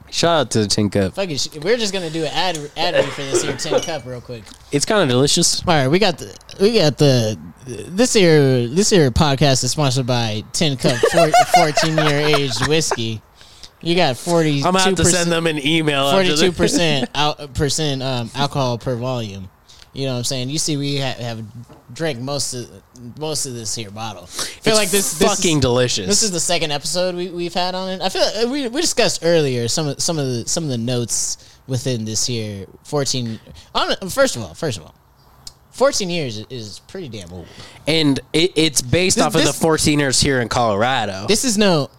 S1: Shout out to the tin cup.
S3: Fuck it, sh- we're just gonna do an ad ad read for this here tin cup real quick.
S1: It's kind of delicious.
S3: All right, we got the we got the this here this here podcast is sponsored by Tin Cup four- fourteen year aged whiskey. You got forty
S1: I'm about to send
S3: two
S1: them an email. after this.
S3: forty two percent out percent um, alcohol per volume. You know what I'm saying? You see, we ha- have drank most of most of this here bottle. I feel
S1: It's
S3: like this, this
S1: fucking
S3: is,
S1: delicious.
S3: this is the second episode we, we've had on it. I feel like we, we discussed earlier some of some of the some of the notes within this here fourteen. On, first of all, first of all, fourteen years is pretty damn old.
S1: and it, it's based
S3: This-
S1: off of
S3: this-
S1: the 14ers here in Colorado.
S3: This is no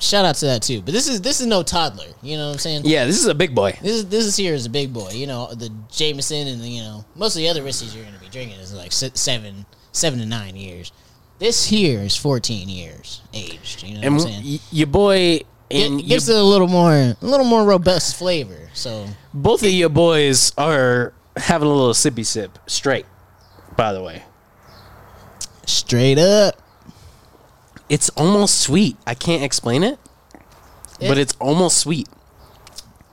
S3: shout out to that too. But this is this is no toddler. You know what I'm saying?
S1: Yeah, this is a big boy.
S3: This is this is here is a big boy. You know the Jameson and the, you know most of the other whiskeys you're going to be drinking is like se- seven seven to nine years. This here is 14 years aged. You know
S1: And
S3: what I'm
S1: w-
S3: saying?
S1: y- your boy and
S3: It gives
S1: your-
S3: it a little more a little more robust flavor. So
S1: both of your boys are having a little sippy sip straight. By the way,
S3: straight up,
S1: it's almost sweet. I can't explain it, but
S3: It-
S1: it's almost sweet.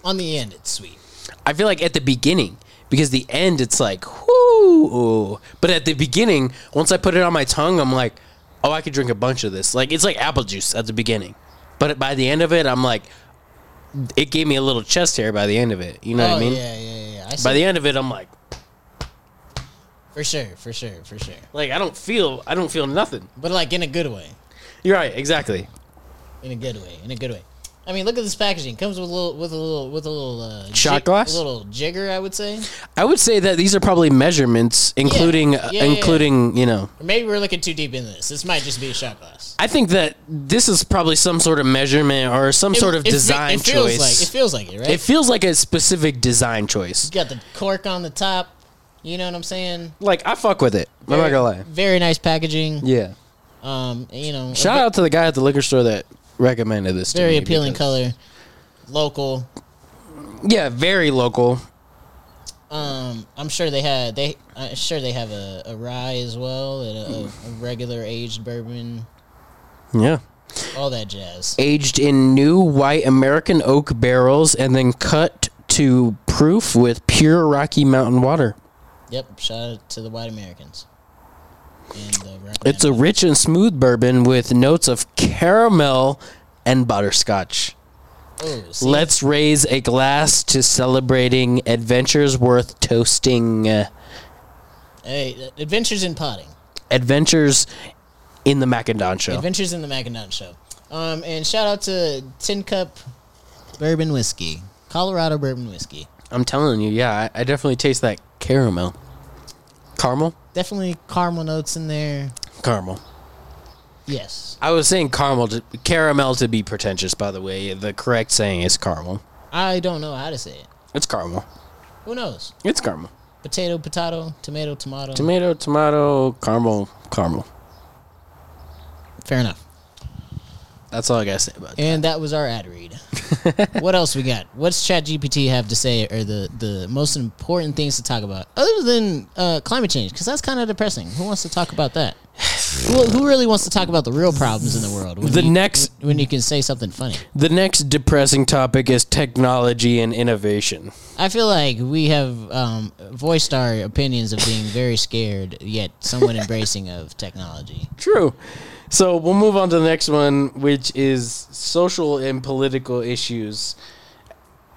S3: on the end, it's sweet.
S1: I feel like at the beginning because the end it's like whoo, but at the beginning once I put it on my tongue I'm like, oh I could drink a bunch of this. Like it's like apple juice at the beginning, but by the end of it I'm like, it gave me a little chest hair by the end of it. You know
S3: oh
S1: what I mean?
S3: yeah, yeah, yeah. I see.
S1: By the end of it I'm like,
S3: for sure, for sure, for sure.
S1: like I don't feel I don't feel nothing.
S3: But like in a good way.
S1: You're right, exactly.
S3: in a good way. In a good way. I mean, look at this packaging. Comes with a little, with a little, with a little uh,
S1: Shot glass?
S3: a little jigger, I would say. Or
S1: I would say that these are probably measurements, including
S3: Yeah, yeah,
S1: including you know.
S3: maybe we're looking too deep into this. This might just be a shot glass.
S1: I think that this is probably some sort of measurement or some
S3: It-
S1: sort of
S3: it fe-
S1: design
S3: it feels
S1: choice.
S3: Like, it feels like it, right?
S1: It feels like a specific design choice.
S3: you got the cork on the top. You know what I'm saying?
S1: Like I fuck with it. I'm not
S3: Very-
S1: gonna lie.
S3: Very nice packaging.
S1: Yeah.
S3: Um, you know, a
S1: Shout
S3: ve-
S1: out to the guy at the liquor store that recommended this. to
S3: Very
S1: me
S3: appealing
S1: because-
S3: color. Local.
S1: Yeah, very local.
S3: Um, I'm sure they had they. I'm sure they have a, a rye as well, and a, a, a regular aged bourbon,
S1: Yeah.
S3: all that jazz.
S1: Aged in new white American oak barrels and then cut to proof with pure Rocky Mountain water.
S3: Yep, shout out to the white Americans. And uh, the Rocky
S1: It's a
S3: Mountain.
S1: rich and smooth bourbon with notes of caramel and butterscotch.
S3: Oh, see,
S1: Let's raise a glass to celebrating adventures worth toasting. uh,
S3: hey, Adventures in Potting.
S1: Adventures in the Macindon Show.
S3: Adventures in the Macadon Show. Um, and shout out to Tin Cup Bourbon Whiskey, Colorado Bourbon Whiskey.
S1: I'm telling you, yeah, I, I definitely taste that caramel. Caramel?
S3: Definitely caramel notes in there.
S1: Caramel.
S3: Yes,
S1: I was saying caramel to, caramel to be pretentious, by the way. The correct saying is caramel.
S3: I don't know how to say it.
S1: It's caramel.
S3: Who knows?
S1: It's caramel.
S3: Potato, potato, tomato, tomato.
S1: Tomato, tomato, caramel, caramel.
S3: Fair enough.
S1: That's all I gotta say about it.
S3: And that was our ad read. what else we got? What's ChatGPT have to say are the, the most important things to talk about other than uh, climate change? Because that's kind of depressing. Who wants to talk about that? who, who really wants to talk about the real problems in the world? When
S1: The
S3: you,
S1: next-
S3: when you can say something funny.
S1: The next depressing topic is technology and innovation.
S3: I feel like we have um, voiced our opinions of being very scared, yet somewhat embracing of technology.
S1: True. So we'll move on to the next one, which is social and political issues,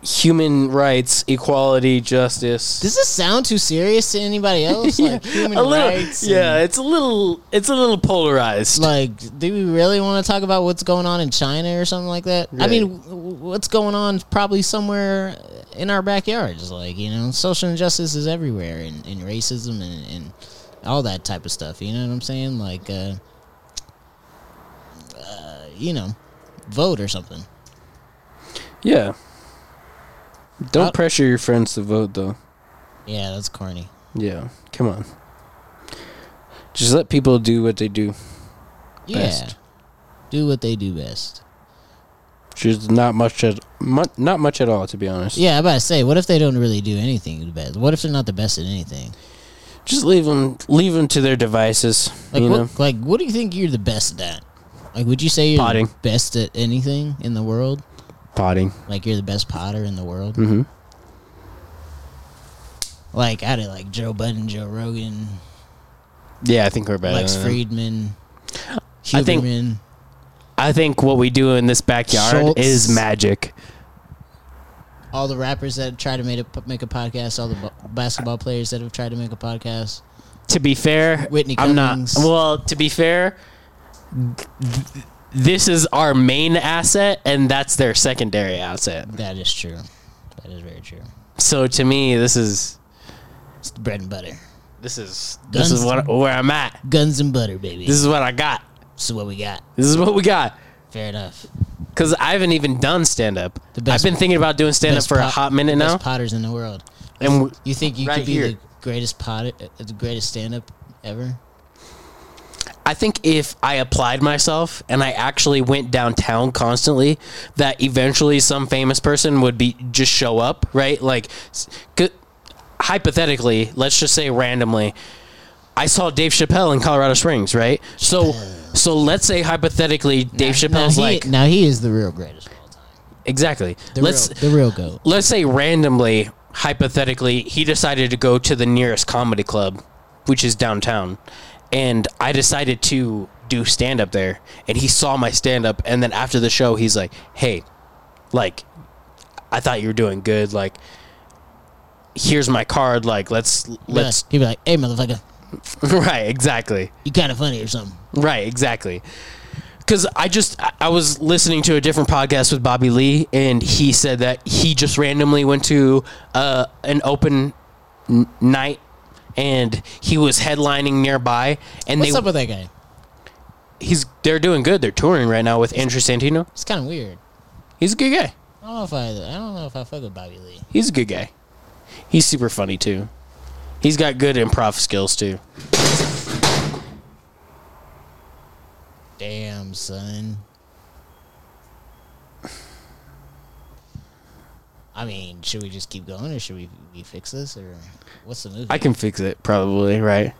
S1: human rights, equality, justice.
S3: Does this sound too serious to anybody else? Like human
S1: a little,
S3: rights? and-
S1: yeah, it's a little, it's a little polarized.
S3: Like, do we really want to talk about what's going on in China or something like that? I
S1: Right.
S3: mean, w- w- what's going on probably somewhere in our backyards. Like, you know, social injustice is everywhere, and, and racism and, and all that type of stuff. You know what I'm saying? Like, uh, uh, you know, vote or something.
S1: yeah. Don't
S3: Uh,
S1: pressure your friends to vote, though.
S3: Yeah, that's corny.
S1: Yeah, come on. Just let people do what they do.
S3: Yeah,
S1: Best.
S3: do what they do best.
S1: There's not much at, mu- not much at all, to be honest.
S3: Yeah, I'm about to say, what if they don't really do anything best? What if they're not the best at anything?
S1: Just leave them, leave them to their devices.
S3: Like
S1: you
S3: what?
S1: know,
S3: Like what do you think you're the best at? Like would you say you're
S1: Potting.
S3: the best at anything in the world?
S1: potting.
S3: Like you're the best potter in the world?
S1: Mhm.
S3: Like out of like Joe Budden, Joe Rogan,
S1: Yeah, I think we're better.
S3: Lex
S1: than them.
S3: Friedman, Huberman.
S1: Uh, I think- I think what we do in this backyard
S3: Schultz.
S1: is magic.
S3: all the rappers that try to make a make a podcast, all the b- basketball players that have tried to make a podcast.
S1: To be fair,
S3: Whitney
S1: I'm
S3: Cummings.
S1: not. Well, to be fair, th- this is our main asset, and that's their secondary asset.
S3: That is true. That is very true.
S1: So to me, this is
S3: It's the bread and butter,
S1: this is this
S3: Guns.
S1: is what where I'm at.
S3: guns and butter, baby.
S1: This is what I got.
S3: this is what we got.
S1: This is what we got.
S3: Fair enough.
S1: because I haven't even done stand up.
S3: The best-
S1: I've been thinking about doing stand up
S3: Best
S1: for a
S3: pot-
S1: hot minute
S3: best
S1: now.
S3: Potters in the world.
S1: And w-
S3: You think you
S1: Right
S3: could be
S1: here.
S3: the greatest potter, uh, the greatest stand up ever?
S1: I think if I applied myself and I actually went downtown constantly, that eventually some famous person would be just show up, right? Like, s- c- hypothetically, let's just say randomly, I saw Dave Chappelle in Colorado Springs, right? So, so let's say hypothetically, Dave Chappelle's
S3: now he,
S1: like
S3: now he is the real greatest. of all time.
S1: exactly.
S3: The
S1: let's
S3: real, the real goat.
S1: let's say randomly, hypothetically, he decided to go to the nearest comedy club, which is downtown, and I decided to do stand up there, and he saw my stand up, and then after the show, he's like, "Hey, like, I thought you were doing good. Like, here's my card. Like, let's
S3: He'd be like-
S1: let's
S3: he'd be like, "Hey, motherfucker,
S1: right, exactly."
S3: you kind of funny or something."
S1: Right, exactly. Because I just I- I was listening to a different podcast with Bobby Lee, and he said that he just randomly went to uh, an open n- night, and he was headlining nearby, and
S3: What's
S1: they
S3: up with that guy?
S1: he's they're doing good. They're touring right now with Andrew Santino.
S3: It's kind of weird.
S1: He's a good guy.
S3: I don't know if I, I don't know if I fuck with Bobby Lee.
S1: He's a good guy. He's super funny too. He's got good improv skills too.
S3: Damn, son. I mean, should we just keep going, or should we, we fix this, or what's the movie?
S1: I can fix it probably. Right?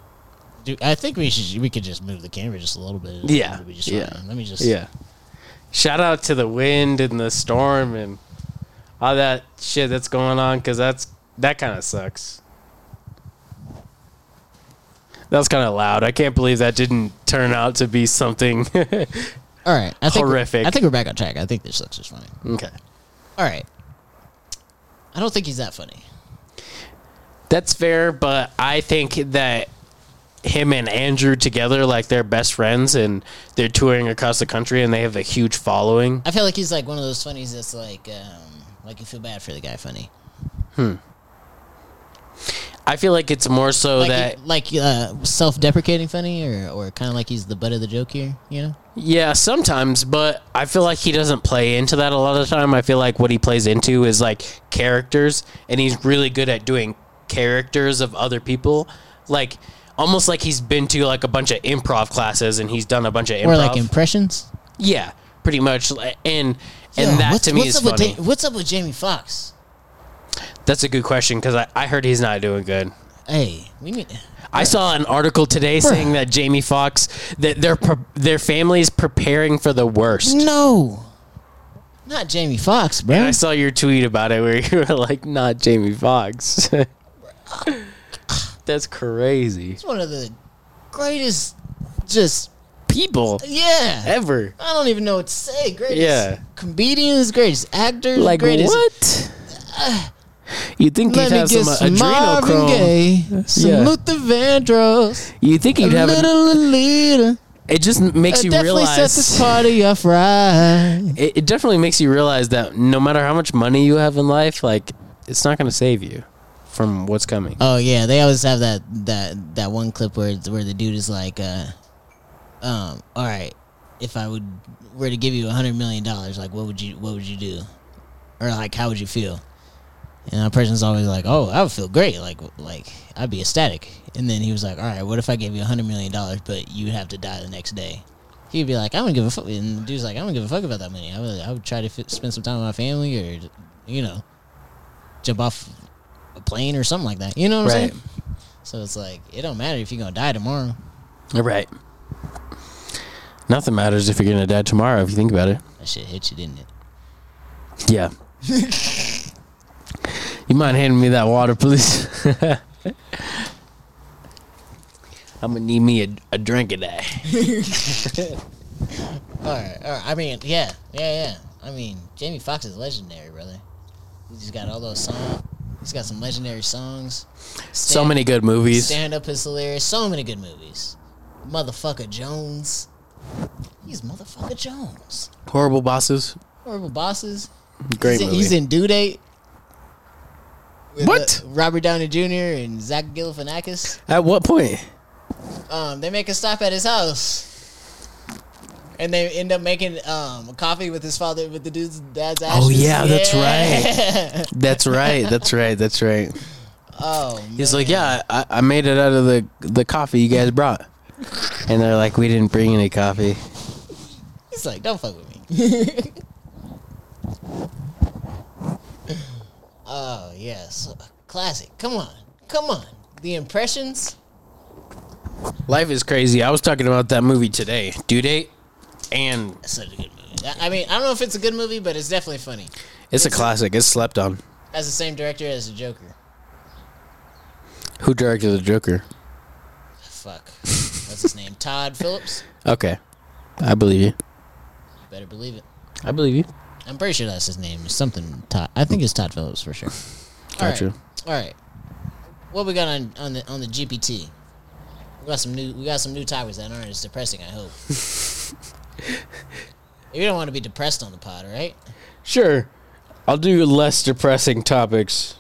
S3: Do, I think we should. We could just move the camera just a little bit.
S1: Yeah,
S3: It'll be just
S1: yeah,
S3: fine. Let me just.
S1: Yeah. Shout out to the wind and the storm and all that shit that's going on because that's that kind of sucks. That was kind of loud. I can't believe that didn't turn out to be something.
S3: All right. I think
S1: Horrific.
S3: I think we're back on track. I think this looks just fine.
S1: okay.
S3: All right. I don't think he's that funny.
S1: That's fair, but I think that him and Andrew together, like they're best friends and they're touring across the country and they have a huge following.
S3: I feel like he's like one of those funnies that's like, um, like you feel bad for the guy funny.
S1: I feel like it's more so
S3: Like,
S1: Oh, that.
S3: like uh, self-deprecating funny, or or kind of like he's the butt of the joke here. You know.
S1: Yeah, sometimes, but I feel like he doesn't play into that a lot of the time. I feel like what he plays into is like characters, and he's really good at doing characters of other people. Like, almost like he's been to like a bunch of improv classes and he's done a bunch of improv.
S3: Or like impressions.
S1: yeah, pretty much. Like, And and
S3: Yo,
S1: that
S3: what's-
S1: to me
S3: what's
S1: is
S3: up with
S1: funny.
S3: Ja- what's up with Jamie Foxx?
S1: That's a good question because I, I heard he's not doing good.
S3: Hey, we need.
S1: I saw an article today saying that Jamie Foxx that their pre- their family's preparing for the worst.
S3: No. Not Jamie Foxx, bro.
S1: I saw your tweet about it where you were like, not Jamie Foxx. That's crazy.
S3: It's one of the greatest, just
S1: People
S3: yeah.
S1: ever.
S3: I don't even know what to say. Greatest
S1: Yeah.
S3: comedians, greatest actors,
S1: Like
S3: greatest.
S1: what? You think
S3: Let
S1: you'd
S3: me
S1: have
S3: get
S1: some,
S3: some
S1: adrenal
S3: Marvin Gaye, some
S1: Yeah.
S3: Luther Vandross,
S1: You think
S3: a
S1: you'd have an,
S3: little Alita.
S1: it just makes
S3: That
S1: you
S3: definitely sets this
S1: realize
S3: party off right.
S1: it, it definitely makes you realize that no matter how much money you have in life, like it's not going to save you from what's coming.
S3: Oh yeah, they always have that that that one clip where it's- where the dude is like, uh, um, all right, if I would were to give you a hundred million dollars, like what would you what would you do, or like how would you feel? And that person's always like, oh, I would feel great, like like I'd be ecstatic. And then he was like, all right, what if I gave you a hundred million dollars, but you would have to die the next day? He'd be like, I don't give a fuck. And the dude's like, I don't give a fuck about that money. I would I would try to fit, spend some time with my family, or you know, jump off a plane or something like that. You know what I'm
S1: Right.
S3: saying? So it's like it don't matter if you're gonna die tomorrow.
S1: Right. Nothing matters if you're going to die tomorrow if you think about it.
S3: That shit hit you, didn't it?
S1: Yeah. you mind handing me that water, please? I'm gonna need me a, a drink of that.
S3: All right, all right. I mean, yeah, yeah, yeah. I mean, Jamie Foxx is legendary, brother. He's got all those songs. He's got some legendary songs.
S1: so many good movies.
S3: Stand up is hilarious. So many good movies. Motherfucker Jones. He's motherfucker Jones.
S1: Horrible bosses.
S3: Horrible bosses.
S1: Great
S3: he's in,
S1: movie.
S3: He's in Due Date. with, uh,
S1: What?
S3: Robert Downey Jr. and Zach Galifianakis.
S1: At what point?
S3: Um, they make a stop at his house. and they end up making um coffee with his father with the dude's dad's ashes.
S1: Oh yeah, that's right.
S3: right.
S1: That's right. That's right. That's right.
S3: oh,
S1: He's like, yeah, I, I made it out of the the coffee you guys brought, and they're like, we didn't bring any coffee.
S3: he's like, don't fuck with me. oh yes, classic. Come on, come on. The impressions.
S1: Life is crazy. I was talking about that movie today, Due Date, and
S3: That's such a good movie. I- I mean, I don't know if it's a good movie, but it's definitely funny.
S1: it's a classic. It's slept on.
S3: As the same director as the Joker.
S1: Who directed the Joker?
S3: Fuck. What's his name? Todd Phillips.
S1: Okay, I believe you.
S3: Better believe it.
S1: I believe you.
S3: I'm pretty sure that's his name. It's something Todd. I think it's Todd Phillips for sure. All right.
S1: Gotcha.
S3: All right. What we got on, on the on the GPT? We got some new we got some new topics that aren't as depressing. I hope. you don't want to be depressed on the pod, right?
S1: Sure, I'll do less depressing topics.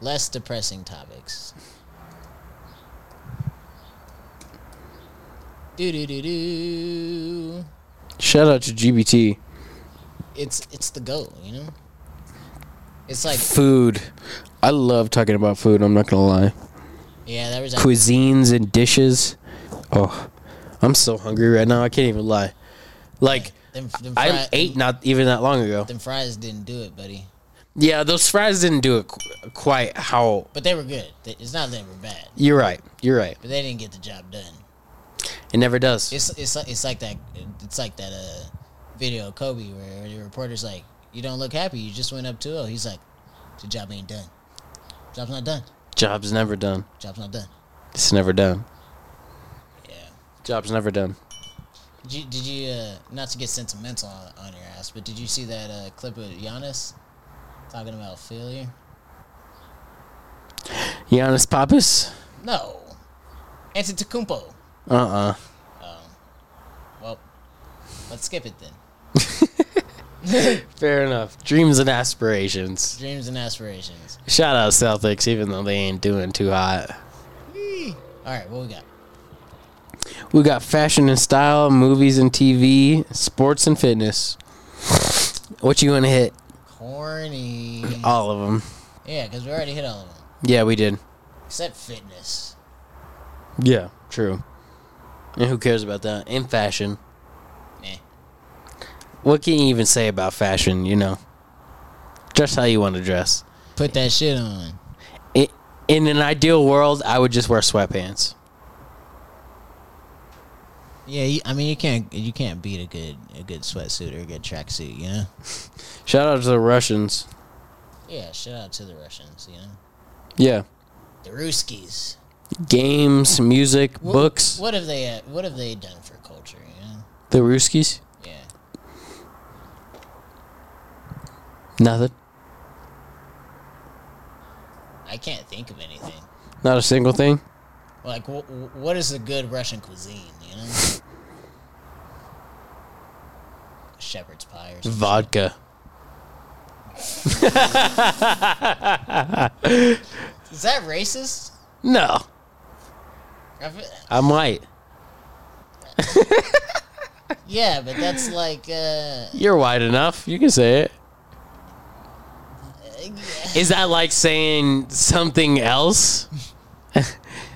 S3: Less depressing topics. Do do do do.
S1: Shout out to GBT.
S3: It's it's the goal, you know. It's like
S1: Food. I love talking about food. I'm not gonna lie.
S3: yeah, there was a-
S1: cuisines and dishes. Oh, I'm so hungry right now. I can't even lie. Like
S3: them, them
S1: I
S3: fri-
S1: ate not even that long ago.
S3: Them fries didn't do it, buddy.
S1: Yeah, those fries didn't do it qu- quite how.
S3: But they were good. They- It's not that they were bad,
S1: You're right. You're right.
S3: but they didn't get the job done.
S1: It never does.
S3: It's it's like- it's like that. It's like that uh, video of Kobe where the reporter's like, "You don't look happy. You just went up 2-0. He's like, "The job ain't done. Job's not done.
S1: Job's never done.
S3: Job's not done."
S1: It's never done.
S3: Yeah.
S1: Job's never done.
S3: Did you, did you uh, not to get sentimental on, on your ass, but did you see that uh, clip of Giannis talking about failure?
S1: Giannis Pappas?
S3: No, Antetokounmpo.
S1: Uh uh
S3: Well, let's skip it then.
S1: Fair enough. Dreams and aspirations.
S3: Dreams and aspirations.
S1: Shout out Celtics, even though they ain't doing too hot.
S3: All right, what we got?
S1: We got fashion and style, movies and TV, sports and fitness. What you want to hit?
S3: Corny.
S1: All of them.
S3: Yeah, because we already hit all of them
S1: Yeah, we did.
S3: except fitness.
S1: Yeah, true. And who cares about that? In fashion,
S3: Eh.
S1: what can you even say about fashion? You know, dress how you want to dress.
S3: Put that shit on.
S1: I in an ideal world, I would just wear sweatpants.
S3: Yeah, you, I mean you can't you can't beat a good a good sweatsuit or a good tracksuit, you know.
S1: Shout out to the Russians.
S3: Yeah, shout out to the Russians, you know,
S1: Yeah,
S3: the Ruskies.
S1: games, music,
S3: Wha-
S1: books.
S3: What have they uh, What have they done for culture? You know?
S1: The Ruskies.
S3: Yeah.
S1: Nothing.
S3: I can't think of anything.
S1: Not a single thing.
S3: Like, wh- wh- what is a good Russian cuisine? You know, shepherd's pie or something.
S1: Vodka.
S3: Is that racist?
S1: No,
S3: I fe-
S1: I'm white.
S3: Yeah, but that's like, uh,
S1: You're white enough. You can say it. Is that like saying something else?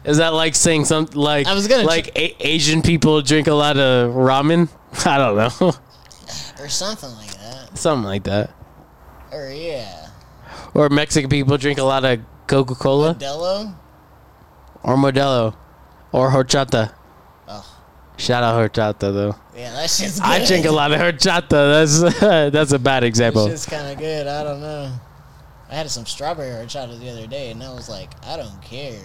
S1: Is that like saying something like
S3: I was gonna
S1: like a- Asian people drink a lot of ramen? I don't know,
S3: or something like that.
S1: something like that.
S3: Or yeah,
S1: Or Mexican people drink a lot of Coca Cola
S3: Modelo.
S1: or Modelo or horchata.
S3: Oh.
S1: Shout out horchata though.
S3: Yeah, that shit's. Good.
S1: I drink a lot of horchata. That's that's a bad
S3: That
S1: example.
S3: shit's kind of good. I don't know. I had some strawberry horchata the other day, and I was like, I don't care.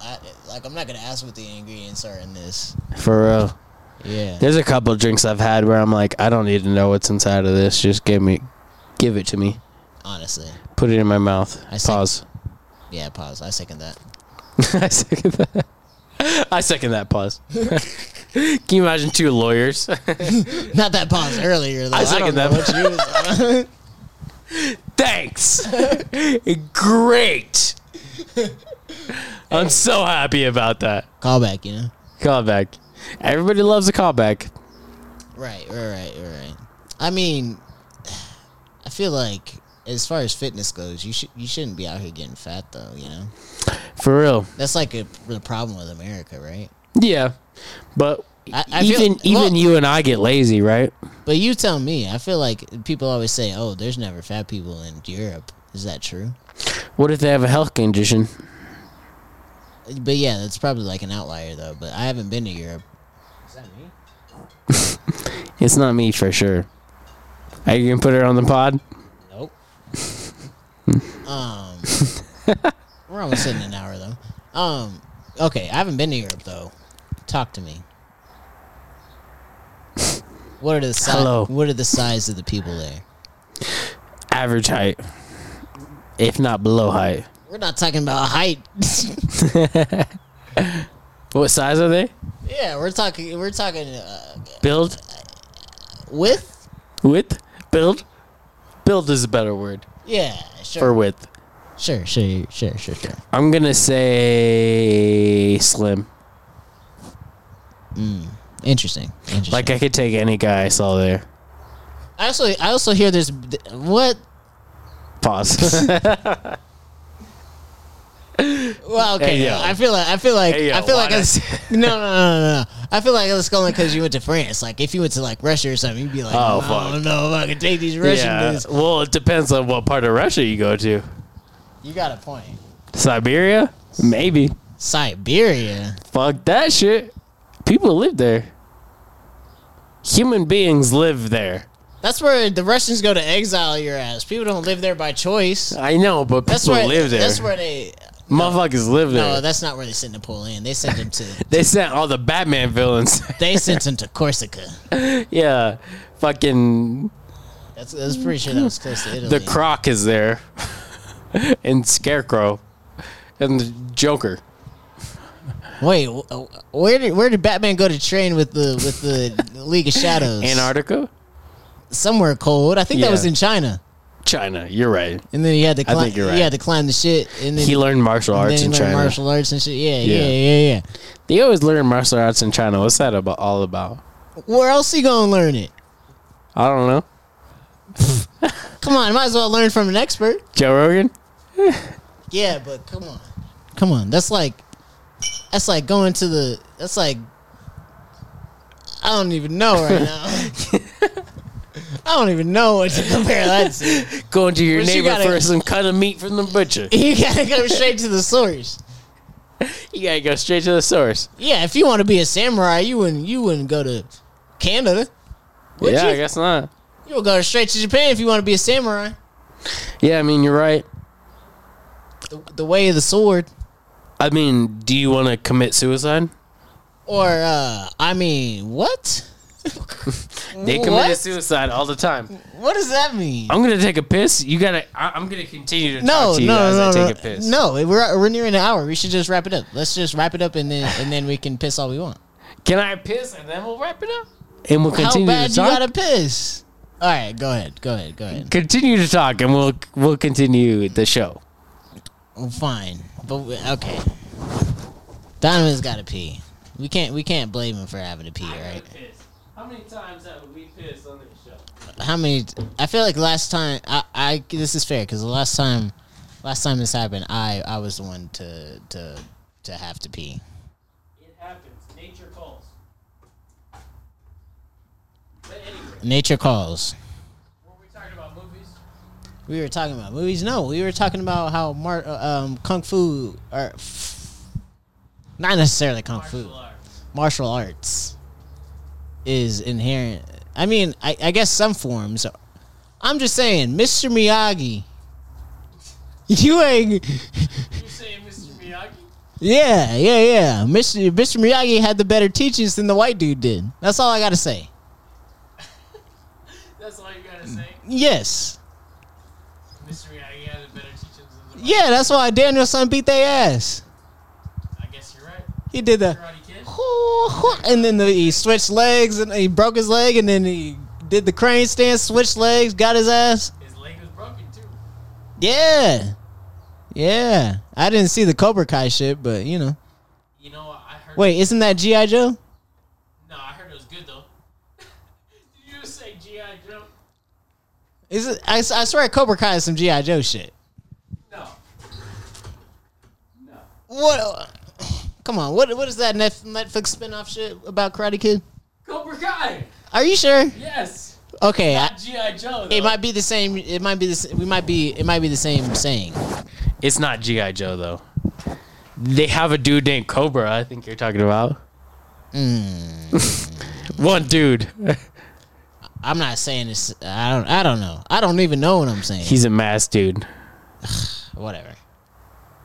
S3: I, like, I'm not gonna ask what the ingredients are in this.
S1: For real.
S3: Yeah.
S1: There's a couple drinks I've had where I'm like, I don't need to know what's inside of this. Just give me, give it to me.
S3: Honestly.
S1: Put it in my mouth.
S3: I see.
S1: pause.
S3: Yeah. Pause. I second that.
S1: I second that. I second that pause. Can you imagine two lawyers?
S3: Not that pause earlier. Though. I
S1: second
S3: don't know
S1: that.
S3: what you was-
S1: Thanks. Great. I'm so happy about that.
S3: Call back, you know.
S1: Call back. Everybody loves a callback.
S3: Right, right, right, right. I mean, I feel like as far as fitness goes, you should you shouldn't be out here getting fat though. You know,
S1: For real.
S3: that's like a, the problem with America, right?
S1: Yeah. But
S3: I- I feel-
S1: even even
S3: well-
S1: you and I get lazy, right?
S3: But you tell me. I feel like people always say, "Oh, there's never fat people in Europe." Is that true?
S1: What if they have a health condition?
S3: But yeah, that's probably like an outlier though. But I haven't been to Europe. Is that me?
S1: It's not me for sure. Are you gonna put her on the pod?
S3: Nope. um, we're almost hitting an hour though. Um, okay, I haven't been to Europe though. Talk to me. What are the si-
S1: Hello.
S3: What are the size of the people there?
S1: Average height. If not below height.
S3: We're not talking about height.
S1: What size are they?
S3: yeah, we're talking. We're talking uh,
S1: Build?
S3: width.
S1: Width? Build? Build is a better word
S3: Yeah,
S1: for
S3: sure,
S1: width.
S3: sure, sure, sure, sure, sure.
S1: I'm gonna say slim.
S3: Interesting. Interesting.
S1: Like I could take any guy I saw there.
S3: I also, I also hear there's what.
S1: Pause.
S3: Well, okay.
S1: Hey, yo.
S3: I feel like I feel like
S1: Hey, yo,
S3: I feel like
S1: why
S3: it's, no, no, no, no, no. I feel like it's going because you went to France. Like if you went to like Russia or something, you'd be like,
S1: Oh,
S3: oh, I don't know if I can take these Russian
S1: yeah.
S3: dudes.
S1: Well, it depends on what part of Russia you go to.
S3: You got a point.
S1: Siberia? Maybe.
S3: Siberia.
S1: Fuck that shit. People live there. Human beings live there.
S3: That's where the Russians go to exile your ass. People don't live there by choice.
S1: I know, but
S3: That's
S1: people
S3: where
S1: live there.
S3: That's where they.
S1: Motherfuckers live there.
S3: No, that's not where they sent Napoleon. They sent him to.
S1: they sent all the Batman villains.
S3: They sent him to Corsica.
S1: yeah. Fucking
S3: That's. I was pretty sure that was close to Italy.
S1: the Croc is there. and Scarecrow. And the Joker.
S3: Wait, wh- wh- where did where did Batman go to train with the with the League of Shadows?
S1: Antarctica?
S3: somewhere cold. I think
S1: Yeah.
S3: that was in China.
S1: China. You're right.
S3: And then he had to climb.
S1: think you're right.
S3: He had to climb the shit. And then
S1: He learned martial
S3: and then
S1: arts
S3: he
S1: in
S3: learned
S1: China.
S3: martial arts and shit. Yeah, yeah,
S1: Yeah.
S3: yeah, yeah.
S1: They always learn martial arts in China. What's that about all about?
S3: Where else he gonna learn it?
S1: I don't know.
S3: Come on, might as well learn from an expert.
S1: Joe Rogan?
S3: Yeah, but come on, come on. That's like, that's like going to the. That's like, I don't even know right now. I don't even know what to compare that to.
S1: Going to your
S3: But you
S1: neighbor
S3: gotta-
S1: for some cut of meat from the butcher.
S3: You gotta go straight to the source.
S1: You gotta go straight to the source.
S3: Yeah, if you want to be a samurai, you wouldn't. You wouldn't go to Canada. Would
S1: yeah,
S3: you?
S1: I guess not.
S3: You'll go straight to Japan if you want to be a samurai.
S1: Yeah, I mean, you're right.
S3: The, the way of the sword.
S1: I mean, do you want to commit suicide?
S3: Or, uh, I mean, what?
S1: They commit
S3: What?
S1: suicide all the time.
S3: What does that mean?
S1: I'm gonna take a piss. You gotta. I, I'm gonna continue to
S3: No,
S1: talk to you
S3: no,
S1: as
S3: no,
S1: I
S3: no,
S1: take a piss.
S3: no. We're we're nearing an hour. We should just wrap it up. Let's just wrap it up, and then and then we can piss all we want.
S1: Can I piss and then we'll wrap it up? And we'll continue
S3: How bad
S1: to
S3: you
S1: talk.
S3: gotta piss? All right, go ahead, go ahead, go ahead.
S1: Continue to talk, and we'll we'll continue the show.
S3: Well, fine, but we- okay. Donovan's gotta pee. We can't we can't blame him for having to pee, right?
S1: How many times have we pissed on this show?
S3: how many i feel like last time i, I this is fair because the last time last time this happened i i was the one to to to have to pee
S1: It happens. Nature calls. But anyway,
S3: nature calls
S1: were we talking about movies?
S3: we were talking about movies no we were talking about how Mar- uh, um kung fu or f- not necessarily kung fu martial arts is inherent i mean i, I guess some forms are- i'm just saying mr miyagi you ain't
S1: You saying Mr. Miyagi?
S3: Yeah, yeah, yeah. Mr. Mr. Miyagi had the better teachings than the white dude did. That's all I gotta say.
S1: That's all you gotta say.
S3: Yes.
S1: Mr. Miyagi had a better teachings than the.
S3: Yeah, that's why Daniel son beat their ass.
S1: I guess you're right.
S3: He did the
S1: Karate Kid.
S3: and then the, he switched legs and he broke his leg and then he did the crane stand, switched legs, got his ass.
S1: His leg was broken too.
S3: Yeah. Yeah. I didn't see the Cobra Kai shit, but you know.
S1: You know, I heard.
S3: Wait, isn't that G.I. Joe? Is it, I, s- I swear Cobra Kai is some G.I. Joe shit. No. No. What? Come on. What What is that Netf- Netflix spinoff shit about Karate Kid?
S1: Cobra Kai.
S3: Are you sure?
S1: Yes.
S3: Okay. I,
S1: GI Joe.
S3: it might be the same. It might be the. s- We might be. It might be the same saying.
S1: It's not GI Joe though. They have a dude named Cobra. I think you're talking about.
S3: Hmm.
S1: One dude.
S3: I'm not saying this. I don't. I don't know. I don't even know what I'm saying.
S1: He's a mass dude.
S3: whatever.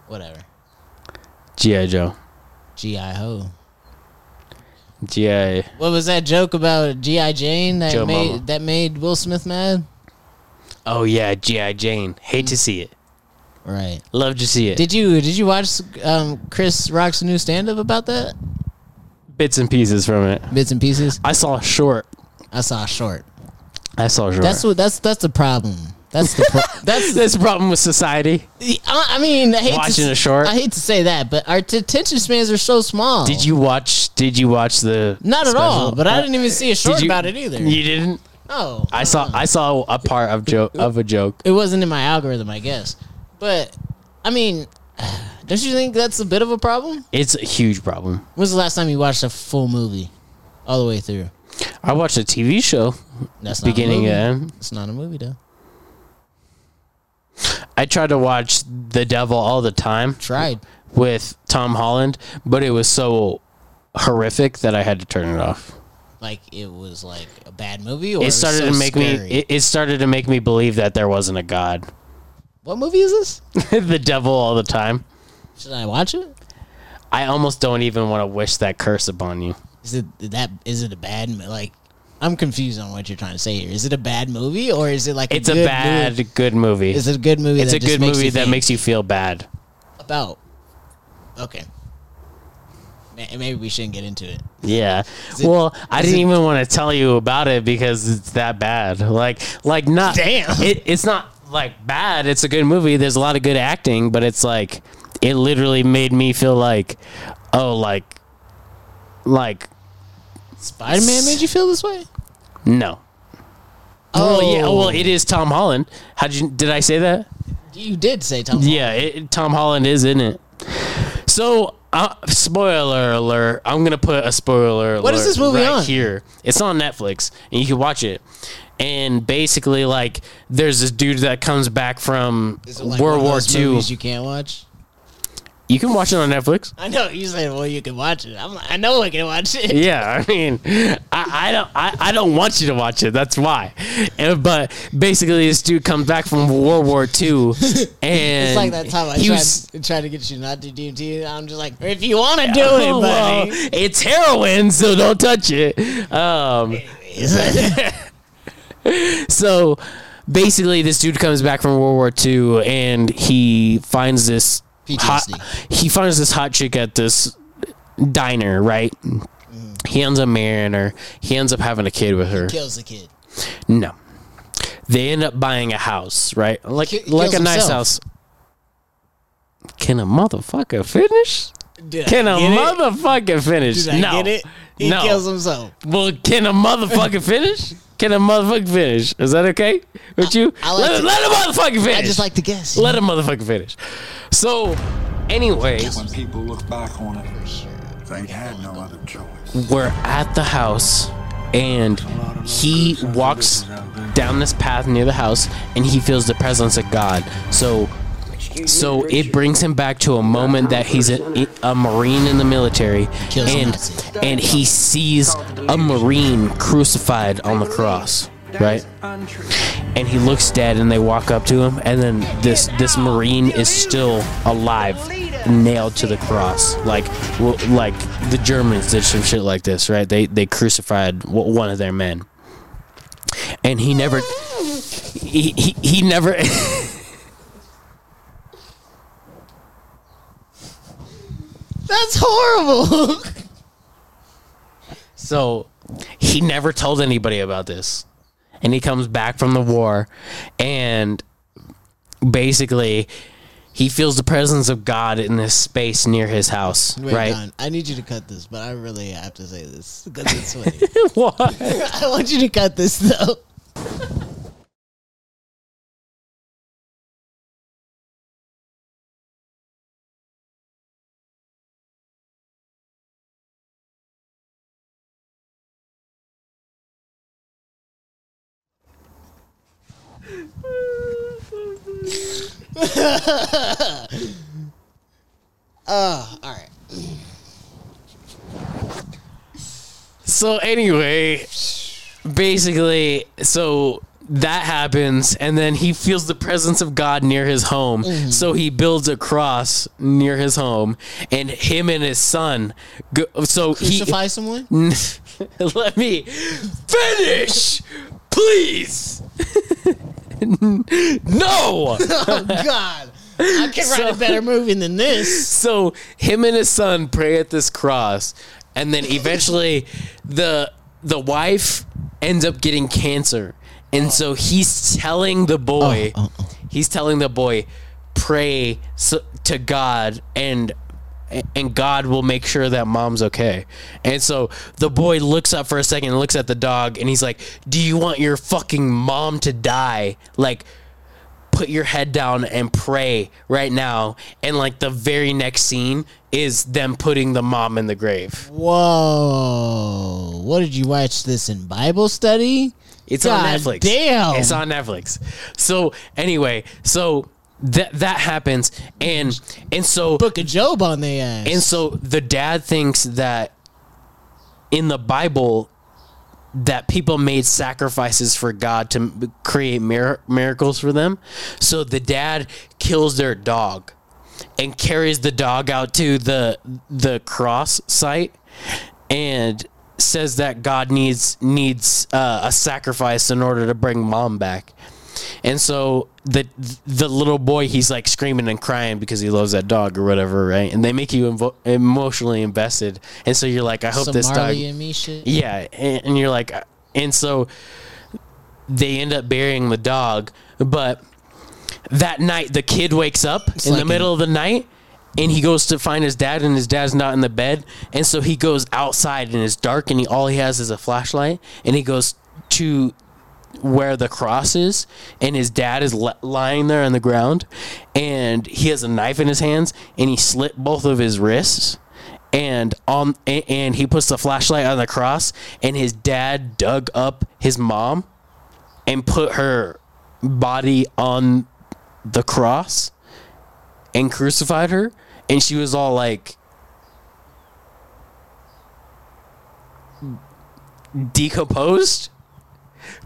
S3: Whatever.
S1: GI Joe.
S3: G.I. Ho.
S1: GI.
S3: What was that joke about G.I. Jane that
S1: Joe
S3: made
S1: Mama.
S3: that made Will Smith mad?
S1: Oh yeah, GI Jane. Hate to see it.
S3: Right.
S1: Love to see it.
S3: Did you did you watch um, Chris Rock's new stand up about that?
S1: Bits and pieces from it.
S3: Bits and pieces.
S1: I saw a short.
S3: I saw a short.
S1: I saw a short.
S3: That's what that's that's the problem. That's the pro- that's
S1: That's the problem with society.
S3: I, I mean I hate
S1: Watching
S3: to, s-
S1: a short?
S3: I hate to say that, but our t- attention spans are so small.
S1: Did you watch? Did you watch the?
S3: Not at
S1: special?
S3: all. But I didn't even see a short
S1: Did you-
S3: about it either. Oh.
S1: You didn't.
S3: No,
S1: I saw. I saw a part of joke of a joke.
S3: it wasn't in my algorithm, I guess. But I mean, don't you think that's a bit of a problem?
S1: It's a huge problem.
S3: When's the last time you watched a full movie, all the way through?
S1: I watched a TV show
S3: That's not
S1: beginning
S3: A
S1: and
S3: movie.
S1: end.
S3: It's not a movie though.
S1: I tried to watch The Devil all the time.
S3: Tried.
S1: with Tom Holland, but it was so horrific that I had to turn it off.
S3: Like it was like a bad movie, or
S1: It started
S3: so
S1: to make
S3: scary?
S1: me. It, it started to make me believe that there wasn't a god.
S3: what movie is this?
S1: the devil all the time.
S3: Should I watch it?
S1: I almost don't even want to wish that curse upon you.
S3: Is it that? Is it a bad mo- like? I'm confused on what you're trying to say here. Is it a bad movie or is it like
S1: It's a
S3: good
S1: bad,
S3: Movie?
S1: good movie.
S3: Is it a good movie?
S1: It's
S3: that
S1: a
S3: just
S1: good
S3: makes
S1: movie
S3: you
S1: that
S3: think
S1: makes you feel bad.
S3: about? Okay. Ma- Maybe we shouldn't get into it.
S1: Yeah.
S3: it-
S1: well, I
S3: is
S1: didn't
S3: it-
S1: even want to tell you about it because it's that bad. Like, like not.
S3: Damn.
S1: It, it's not like bad. It's a good movie. There's a lot of good acting, but it's like it literally made me feel like, oh, like, like
S3: Spider Man made you feel this way?
S1: no. Oh yeah. Well, it is Tom Holland. How did you? Did I say that?
S3: You did say Tom. Holland.
S1: Yeah, it, Tom Holland is in it. So, uh, spoiler alert! I'm gonna put a spoiler alert.
S3: What is this movie
S1: right
S3: on?
S1: Here, it's on Netflix, and you can watch it. And basically, like, there's this dude that comes back from
S3: Is it like
S1: World
S3: one of
S1: War
S3: those
S1: II.
S3: movies You can't watch.
S1: You can watch it on Netflix.
S3: I know you say, well, you can watch it. I'm like, I know I can watch it.
S1: Yeah, I mean, I, I don't, I, I don't want you to watch it. That's why. And, but basically, this dude comes back from World War II, and
S3: It's like that time I
S1: he
S3: tried,
S1: was-
S3: tried to get you not to do DMT. And I'm just like, if you want to do
S1: Oh,
S3: it,
S1: well,
S3: buddy.
S1: it's heroin, so don't touch it. Um, so basically, this dude comes back from World War II, and he finds this hot.
S3: PTSD.
S1: He finds this hot chick at this diner, right? He ends up marrying her. He ends up having a kid with her.
S3: Kills the Mm-hmm. kid.
S1: No, they end up buying a house, right? Like
S3: Ki-
S1: like a
S3: kills
S1: nice
S3: himself.
S1: house. Can a motherfucker finish?
S3: Did I
S1: Can a
S3: get it?
S1: motherfucker finish?
S3: Did I
S1: no.
S3: get it? He
S1: no.
S3: kills himself.
S1: Well, can a motherfucker finish? Can a motherfucker finish? Is that okay with you?
S3: I like
S1: let,
S3: to-
S1: let a motherfucker finish.
S3: I just like to guess.
S1: let a motherfucker finish. So, anyways,
S9: When people look back on it, they had no other choice.
S1: we're at the house, and he walks down this path near the house, and he feels the presence of God. So. So it brings him back to a moment that he's a, a marine in the military,
S3: Kills a
S1: and
S3: Nazi.
S1: and he sees a marine crucified on the cross, right? and he looks dead and they walk up to him and then this this marine is still alive nailed to the cross like well, like the germans did some shit like this right they they crucified w- one of their men and he never he he, he never
S3: That's horrible.
S1: so he never told anybody about this and he comes back from the war and basically he feels the presence of god in this space near his house
S3: Wait,
S1: right
S3: Don, I need you to cut this, but I really have to say this because it's funny.
S1: What?
S3: I want you to cut this though. Ah, All right.
S1: So anyway, basically, so that happens, and then he feels the presence of God near his home. So he builds a cross near his home, and him and his son. Go, so
S3: Crucify someone?
S1: he let me finish, please. no.
S3: Oh God! I could write a better movie than this.
S1: so him and his son pray at this cross and then eventually the the wife ends up getting cancer and so he's telling the boy
S3: Oh, oh,
S1: he's telling the boy pray so, to god and and god will make sure that mom's okay and so the boy looks up for a second and looks at the dog and he's like do you want your fucking mom to die like put your head down and pray right now and like the very next scene is them putting the mom in the grave
S3: Whoa! What did you watch this in Bible study?
S1: it's on
S3: God
S1: netflix
S3: damn.
S1: it's on netflix so anyway so that that happens and and so
S3: Book of Job on the ass.
S1: and so the dad thinks that in the bible that people made sacrifices for God to m- create mir- miracles for them. So the dad kills their dog and carries the dog out to the the cross site and says that God needs needs uh, a sacrifice in order to bring mom back. And so the the little boy he's like screaming and crying because he loves that dog or whatever, right? And they make you invo- emotionally invested, and so you're like, I hope
S3: Some
S1: this dog.
S3: Marley and me shit.
S1: Yeah, and, and you're like, uh, and so they end up burying the dog. But that night, the kid wakes up in
S3: like
S1: the middle of the night, and he goes to find his dad, and his dad's not in the bed, and so he goes outside, and it's dark, and he, all he has is a flashlight, and he goes to where the cross is, and his dad is li- lying there on the ground, and he has a knife in his hands, and he slit both of his wrists, and on a- and he puts the flashlight on the cross, and his dad dug up his mom, and put her body on the cross, and crucified her, and she was all like. Decomposed,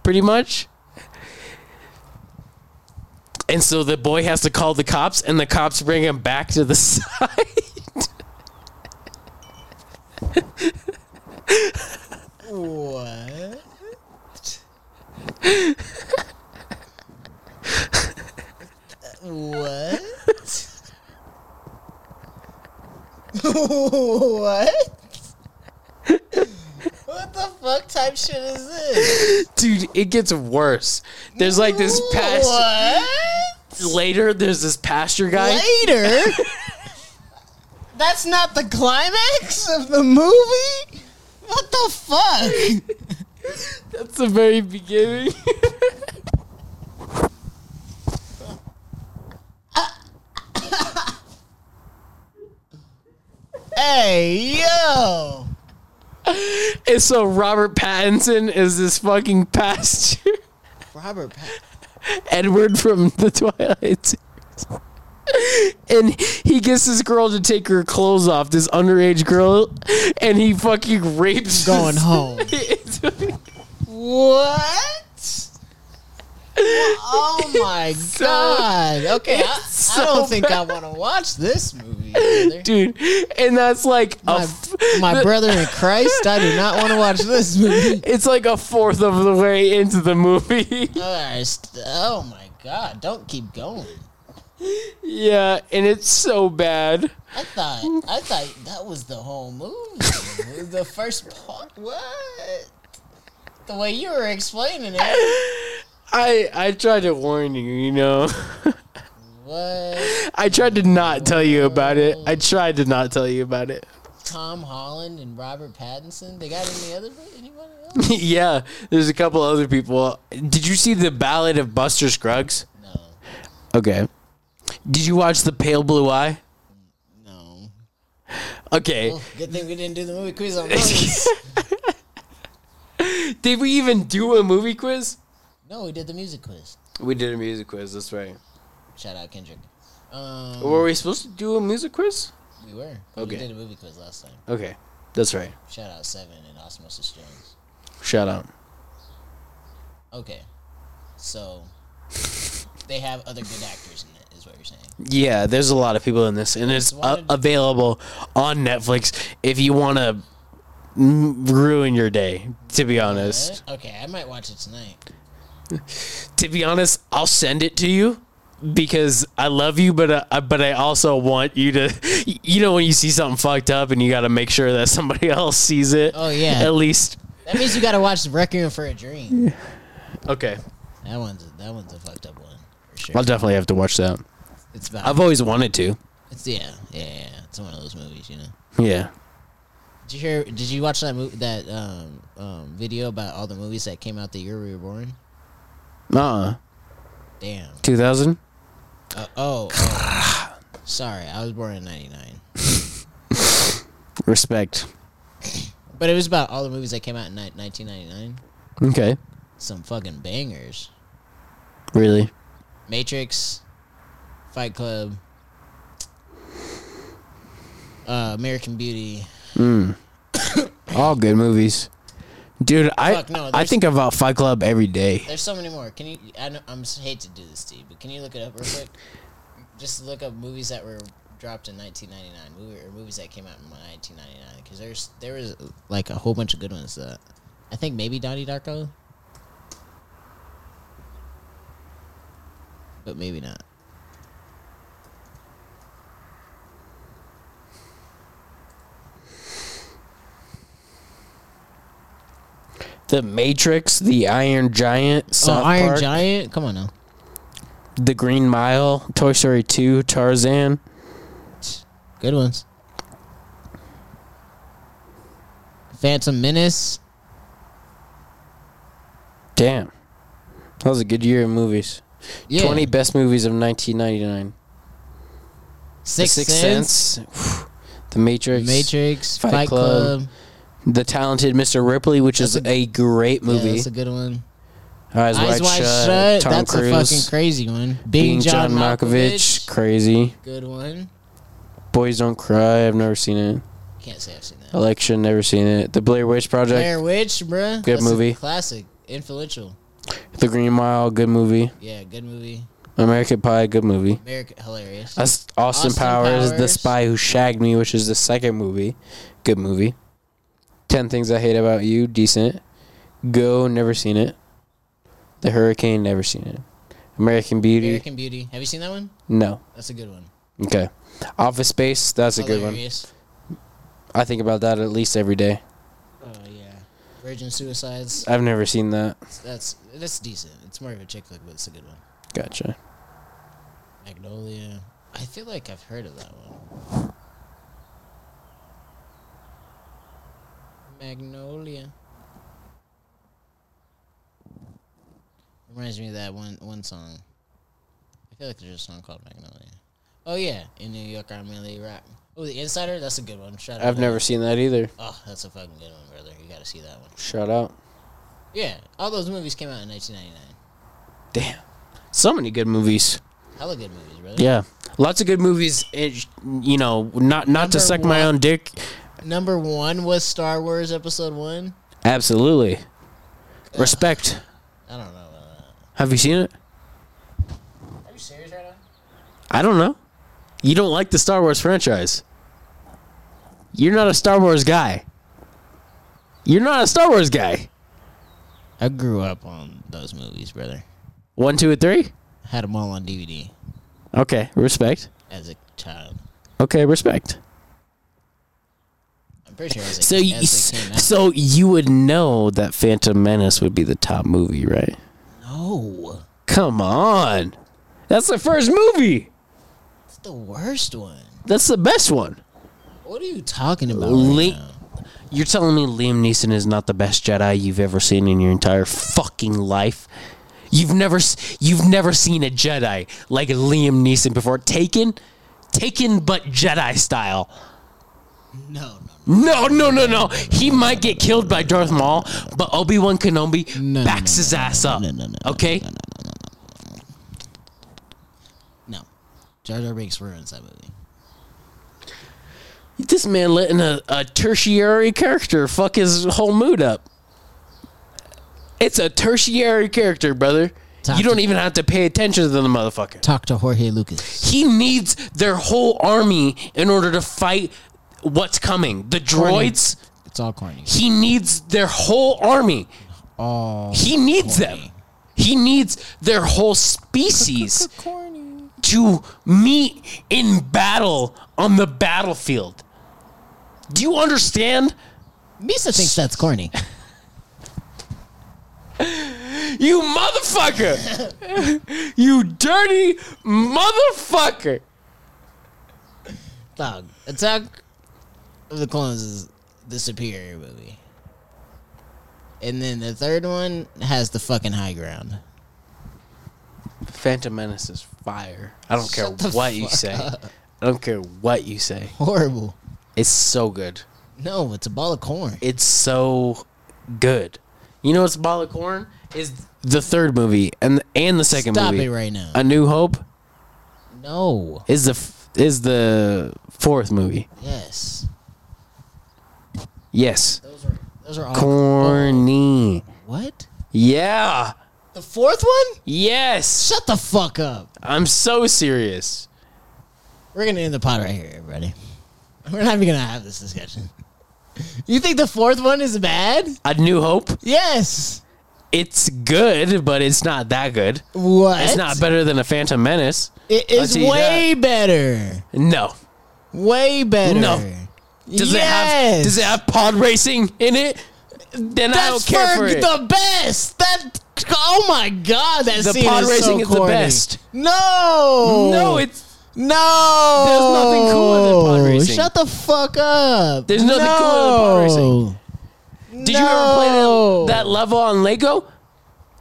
S1: pretty much. And so the boy has to call the cops, and the cops bring him back to the side.
S3: What? what? what? What the fuck type shit is this?
S1: Dude, it gets worse. There's like this pasture.
S3: What?
S1: Later, there's this pasture guy.
S3: Later? That's not the climax of the movie? What the fuck?
S1: That's the very beginning.
S3: hey, yo!
S1: and so Robert Pattinson is this fucking pasture.
S3: Robert Pat-
S1: Edward from the Twilight Series. And he gets this girl to take her clothes off, this underage girl, and he fucking rapes
S3: going home.
S1: home.
S3: What? Oh my god. Okay, I, I
S1: so
S3: don't think I want to watch this movie. brother.
S1: dude. And that's like a
S3: My,
S1: f-
S3: my brother in Christ, I do not want to watch this movie.
S1: it's like a fourth of the way into the movie.
S3: All right, st- oh my god, don't keep going.
S1: yeah, and it's so bad.
S3: I thought I thought that was the whole movie. the first part. What? The way you were explaining it.
S1: I I tried to warn you, you know.
S3: What?
S1: I tried to not tell you about it. I tried to not tell you about it.
S3: Tom Holland and Robert Pattinson? They got any other anybody else?
S1: yeah, there's a couple other people. Did you see the Ballad of Buster Scruggs?
S3: No.
S1: Okay. Did you watch The Pale Blue Eye?
S3: No.
S1: Okay.
S3: Oh, good thing we didn't do the movie quiz on movies.
S1: Did we even do a movie quiz?
S3: no, we did the music quiz.
S1: We did a music quiz. That's right.
S3: Shout out Kendrick. Um,
S1: Were we supposed to do a music quiz?
S3: we were.
S1: Okay.
S3: We did a movie quiz last time.
S1: Okay, that's right.
S3: Shout out Seven and Osmosis Jones.
S1: Shout out.
S3: Okay. So they have other good actors in it, is what you're saying.
S1: Yeah, there's a lot of people in this, and it's uh,
S3: wanted-
S1: available on Netflix if you want to ruin your day. To be honest,
S3: What? Okay, I might watch it tonight.
S1: to be honest, I'll send it to you because I love you, but uh, I- but I also want you to. You know when you see something fucked up, and you got to make sure that somebody else sees it.
S3: Oh, yeah.
S1: at least
S3: That means you gotta watch Requiem for a Dream.
S1: okay.
S3: That one's a, that one's a fucked up one for sure.
S1: I'll definitely have to watch that.
S3: It's about
S1: I've always wanted to.
S3: it's yeah, yeah, yeah. It's one of those movies, you know.
S1: Yeah.
S3: Did you hear? Did you watch that movie, that um, um, video about all the movies that came out the year we were born?
S1: Uh.
S3: Damn.
S1: Two thousand.
S3: Uh, oh, oh. Sorry, I was born in '99,
S1: Respect.
S3: but it was about all the movies that came out in ni- 1999.
S1: Okay.
S3: Some fucking bangers:
S1: Really.
S3: Matrix, Fight Club, uh, American Beauty.
S1: All good movies. Dude, I
S3: Fuck, no,
S1: I
S3: there's-
S1: think about Fight Club every day.
S3: There's so many more. Can you? I know, I'm s- hate to do this to you, but can you look it up real quick? Just look up movies that were dropped in 1999, movie, or movies that came out in 1999. Because there's there was like a whole bunch of good ones. That I think maybe Donnie Darko, but maybe not.
S1: The Matrix, The Iron Giant, South
S3: oh, Iron
S1: Park,
S3: Giant. Come on now.
S1: The Green Mile, Toy Story 2, Tarzan.
S3: Good ones. Phantom Menace.
S1: Damn. That was a good year of movies.
S3: Yeah.
S1: 20 best movies of 1999. The
S3: Sixth Sense.
S1: Sense, The Matrix,
S3: Matrix.
S1: Fight
S3: Fight,
S1: Club,
S3: Club.
S1: The Talented Mr. Ripley, which is a, great
S3: Yeah,
S1: movie.
S3: that's a good one.
S1: Eyes,
S3: Eyes
S1: Wide Shut, Tom
S3: That's
S1: Cruise,
S3: a fucking crazy one. Being, John, Malkovich.
S1: crazy.
S3: Good one.
S1: Boys Don't Cry, I've never seen it.
S3: Can't say I've seen that.
S1: Election, never seen it. The Blair Witch Project,
S3: Blair Witch, bruh.
S1: Good
S3: That's a
S1: movie.
S3: classic. Influential.
S1: The Green Mile, good movie.
S3: Yeah, good movie.
S1: American Pie, good movie.
S3: America, hilarious.
S1: Us- Austin,
S3: Austin
S1: Powers, The
S3: Powers.
S1: Spy Who Shagged Me, which is the second movie, good movie. Ten Things I Hate About You, decent. Go, never seen it. The Hurricane, never seen it. American Beauty,
S3: American Beauty. Have you seen that one?
S1: no.
S3: That's a good one.
S1: Okay. Office Space, that's a good one.
S3: hilarious.
S1: I think about that at least every day.
S3: good one. Oh yeah. Virgin Suicides.
S1: I've never seen that.
S3: That's that's decent. It's more of a chick flick, but it's a good one.
S1: Gotcha.
S3: Magnolia. I feel like I've heard of that one. Magnolia. Reminds me of that one one song. I feel like there's a song called Magnolia. Oh yeah, in New York I mainly rap. Oh, The Insider. That's a good one. Shout out
S1: I've
S3: to-
S1: never seen that either.
S3: Oh, that's a fucking good one, brother. You gotta see that one.
S1: Shout out.
S3: Yeah, all those movies came out in 1999.
S1: Damn. So many good movies.
S3: Hella good movies, brother.
S1: Yeah, lots of good movies. It, you know, not not
S3: Number
S1: to suck my
S3: one.
S1: own dick.
S3: Number one was Star Wars Episode One.
S1: Absolutely, respect.
S3: I don't know. About that.
S1: Have you seen it?
S3: Are you serious right now?
S1: I don't know. You don't like the Star Wars franchise. You're not a Star Wars guy. You're not a Star Wars guy.
S3: I grew up on those movies, brother.
S1: One, two, and three.
S3: Had them all on DVD
S1: Okay, respect.
S3: as a child.
S1: Okay, respect.
S3: I'm pretty sure as a,
S1: So,
S3: as
S1: you,
S3: they came out.
S1: so you would know that Phantom Menace would be the top movie, right?
S3: no,
S1: Come on, that's the first movie.
S3: it's the worst one.
S1: That's the best one.
S3: What are you talking about?
S1: Le-
S3: right now?
S1: You're telling me Liam Neeson is not the best Jedi you've ever seen in your entire fucking life? You've never s- you've never seen a Jedi like Liam Neeson before. Taken, taken, but Jedi style.
S3: No, no, no.
S1: No, no, no, no. He might get killed by Darth Maul, but Obi Wan Kenobi
S3: No, no,
S1: backs
S3: no,
S1: his ass up.
S3: no, no, no, no,
S1: Okay,
S3: Jar Jar Binks ruins that movie.
S1: This man letting a, a tertiary character fuck his whole mood up. It's a tertiary character, brother.
S3: Top
S1: you don't
S3: to-
S1: even have to pay attention to the motherfucker.
S3: Talk to Jorge Lucas.
S1: He needs their whole army in order to fight what's coming. The
S3: Corny.
S1: droids,
S3: It's all corny.
S1: he needs their whole army.
S3: All
S1: He needs them.
S3: Oh, Corny.
S1: He needs their whole species to meet in battle on the battlefield. Do you understand?
S3: Misa thinks that's corny.
S1: You motherfucker! you dirty motherfucker!
S3: Dog. Attack of the Clones is the superior movie. And then the third one has the fucking high ground.
S1: Phantom Menace is fire. I don't care
S3: Shut the
S1: what you
S3: fuck
S1: say. I don't care what you say.
S3: Horrible.
S1: It's so good.
S3: No, it's a ball of corn.
S1: It's so good. You know what's ball of corn? Is the third movie and and the second
S3: Stop
S1: movie.
S3: it right now.
S1: A New Hope
S3: no.
S1: is the f- is the fourth movie.
S3: Yes.
S1: Yes.
S3: Those are those are all Oh,
S1: Corny.
S3: What?
S1: Yeah.
S3: The fourth one?
S1: Yes.
S3: Shut the fuck up.
S1: I'm so serious.
S3: We're gonna end the pod right here, everybody. We're not even gonna have this discussion. You think the fourth one is bad?
S1: A New Hope.
S3: Yes.
S1: It's good, but it's not that good.
S3: What?
S1: It's not better than a Phantom Menace.
S3: It
S1: I'll
S3: is
S1: tell you
S3: way better.
S1: No.
S3: Way better.
S1: No. Does it have
S3: Yes.
S1: Does it have pod racing in it? Then I don't
S3: That's
S1: care for
S3: for
S1: it.
S3: the best. That oh my god, that
S1: The
S3: scene
S1: pod
S3: is
S1: racing
S3: so
S1: is the
S3: corny.
S1: best.
S3: No,
S1: no, it's
S3: no.
S1: There's nothing cooler than pod racing.
S3: Shut the fuck up.
S1: There's nothing cooler than pod racing.
S3: racing.
S1: Did you ever play that, that level on Lego?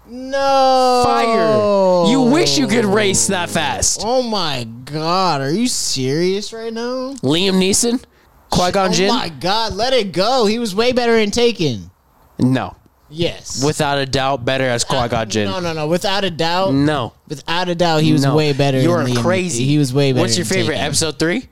S3: No
S1: Fire. You wish you could race that fast.
S3: Oh my god, are you serious right now?
S1: Liam Neeson? Qui Gon Jinn?
S3: Oh my god, let it go. He was way better in Taken.
S1: No.
S3: Yes.
S1: Without a doubt, better as Qui Gon Jinn.
S3: No, no, no. Without a doubt.
S1: No.
S3: Without a doubt, he was
S1: No.
S3: way better.
S1: You're
S3: than Liam-
S1: crazy.
S3: He was way better.
S1: What's your
S3: than
S1: favorite
S3: Taken.
S1: episode three?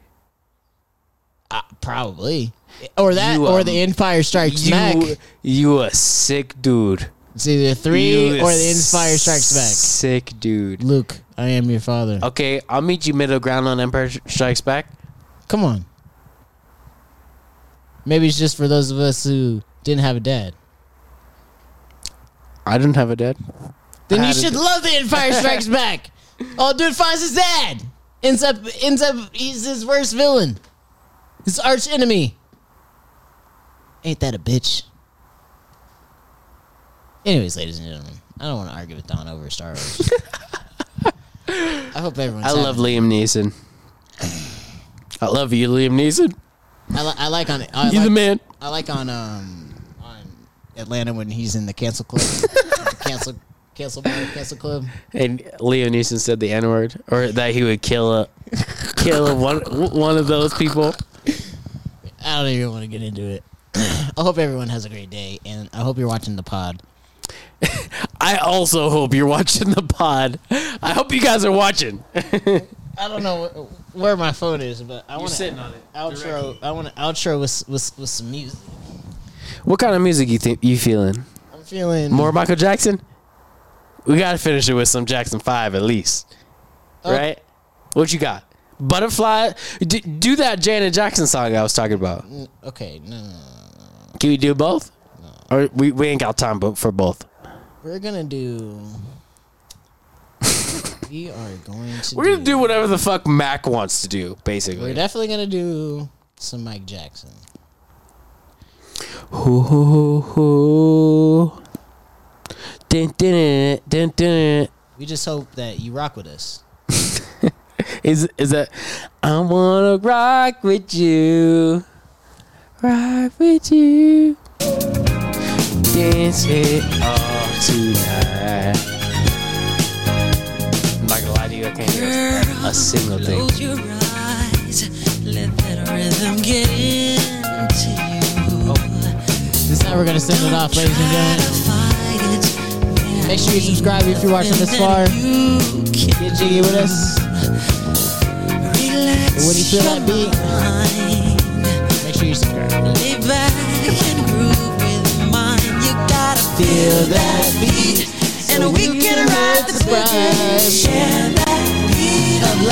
S3: Uh, Probably. Or that,
S1: You,
S3: or
S1: um,
S3: the Empire Strikes Back.
S1: You, you a sick dude.
S3: It's either three
S1: You a
S3: or the Empire Strikes Back.
S1: Sick dude.
S3: Luke, I am your father.
S1: Okay, I'll meet you middle ground on Empire Strikes Back.
S3: Come on. Maybe it's just for those of us who didn't have a dad.
S1: I don't have a dad.
S3: Then
S1: I
S3: you
S1: had a
S3: should
S1: dad.
S3: love the Empire Strikes Back. Oh, dude finds his dad. Ends up, ends up, he's his worst villain. His arch enemy. Ain't that a bitch? Anyways, ladies and gentlemen, I don't want to argue with Don over Star Wars. I hope everyone's.
S1: I love Liam Neeson. I love you, Liam Neeson.
S3: I, li- I like on. I
S1: You the
S3: like-
S1: man.
S3: I like on um on Atlanta when he's in the cancel club, The cancel cancel bar, cancel club.
S1: And Liam Neeson said the N word, or that he would kill a kill one one of those people.
S3: I don't even want to get into it. I hope everyone has a great day, and I hope you're watching the pod.
S1: I also hope you're watching the pod. I hope you guys are watching.
S3: I don't know wh- where my phone is, but I want to
S1: on it.
S3: outro. I want to outro with, with with some music.
S1: What kind of music you think you feeling?
S3: I'm feeling
S1: More Michael Jackson? We gotta finish it with some Jackson Five at least,
S3: Oh,
S1: right? What you got? Butterfly. D- do that Janet Jackson song I was talking about.
S3: Okay, no, no, no.
S1: Can we do both? Or we, we ain't got time bo- for both.
S3: we're gonna do. we are going to.
S1: We're gonna do whatever the fuck Mac wants to do,
S3: We're
S1: basically.
S3: definitely gonna do some Mike Jackson.
S1: Hoo, hoo, hoo, hoo. Dun, dun, dun, dun, dun.
S3: We just hope that you rock with us.
S1: Is is that I wanna rock with you, rock with you, dance it all tonight. I'm not gonna lie to you, I can't hear a single thing.
S5: Close your eyes, let that rhythm get into you.
S3: This is how we're gonna send it off, Oh, ladies and gentlemen. Make sure you subscribe if you're watching this far. Get jiggy with us. When you feel that beat, make sure you subscribe. Feel that beat, so we can ride the vibe. Share that beat of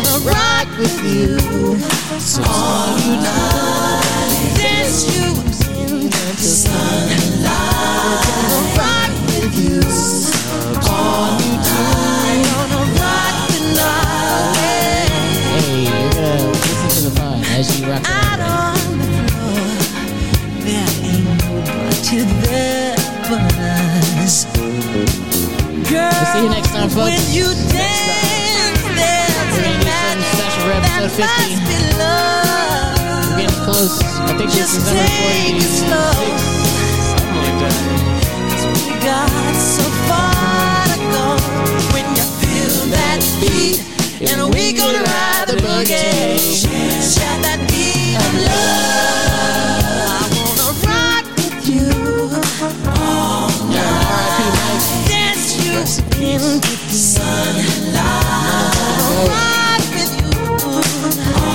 S3: love. I'll rock with you all night. Dance you in the sunlight. I'll rock with you all night. Gonna rock the night. Hey, you're gonna listen to the vibe as you rock the night. We'll see you next time, folks. When you dance, there's special for episode 50. We're getting close. I think this is number 46. Something like that. And we gonna ride the boogie. Shout that beat of love.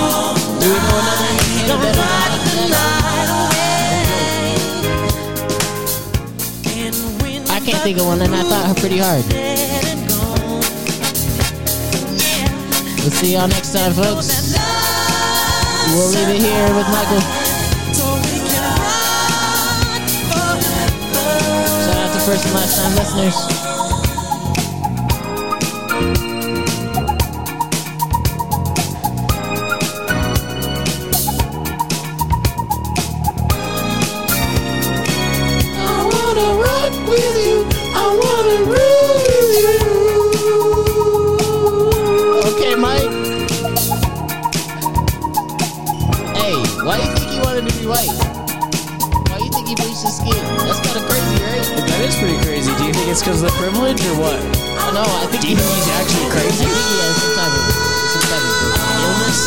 S3: I wanna rock with you all night. Dance you in the sunlight. Gonna rock with you all night. Do we know another Canada? I can't think of one, and I thought pretty hard. We'll see y'all next time, folks. We'll leave it here with Michael. Shout out to first and last time listeners. I wanna rock with you. I wanna rule with you. Okay, Mike. Hey, why do you think he wanted to be white? Why do you think he bleached his skin? That's kind of crazy, right?
S1: That is pretty crazy. Do you think it's because of the privilege or what?
S3: No, I think
S1: Do you
S3: he-
S1: think he's actually
S3: I
S1: crazy?
S3: think he has some type of some type of illness.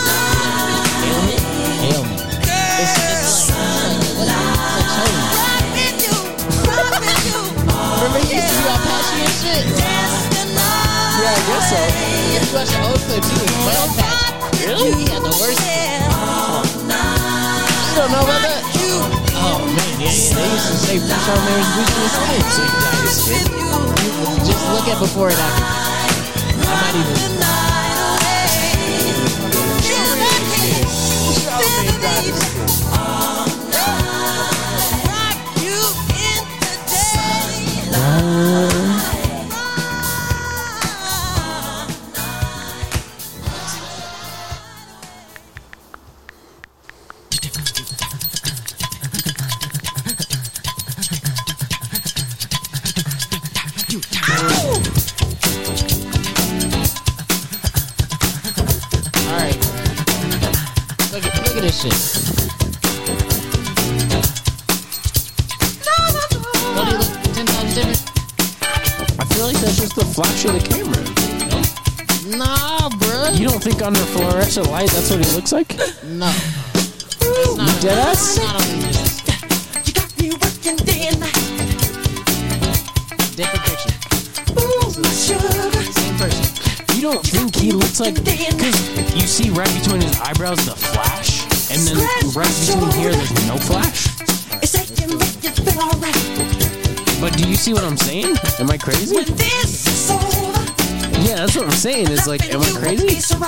S3: Ailment. Ailment. It's, it's like it's like, what? It's like Chinese. Remember he used to do Apache and shit?
S1: Yeah, I guess so.
S3: You used to watch the old clips. He was way Apache. Really? He had the worst. You don't know about that? Oh man, yeah, yeah. They used to say Sean Mary's bleaching his skin. So he dyed his skin. Just look at before and after. I might even. All right. Look at look at this shit. Don't he look ten times different?
S1: I feel like that's just the flash of the camera.
S3: Nah, bruh.
S1: You don't think under fluorescent light that's what he looks like?
S3: No. It's not
S1: Dead
S3: a-
S1: ass?
S3: it's not a- Different picture. Same person.
S1: You don't think he looks like because you see right between his eyebrows the flash, and then right between here there's no flash. But do you see what I'm saying? Am I crazy? Yeah, that's what I'm saying. Is like, am I crazy?
S2: Uh,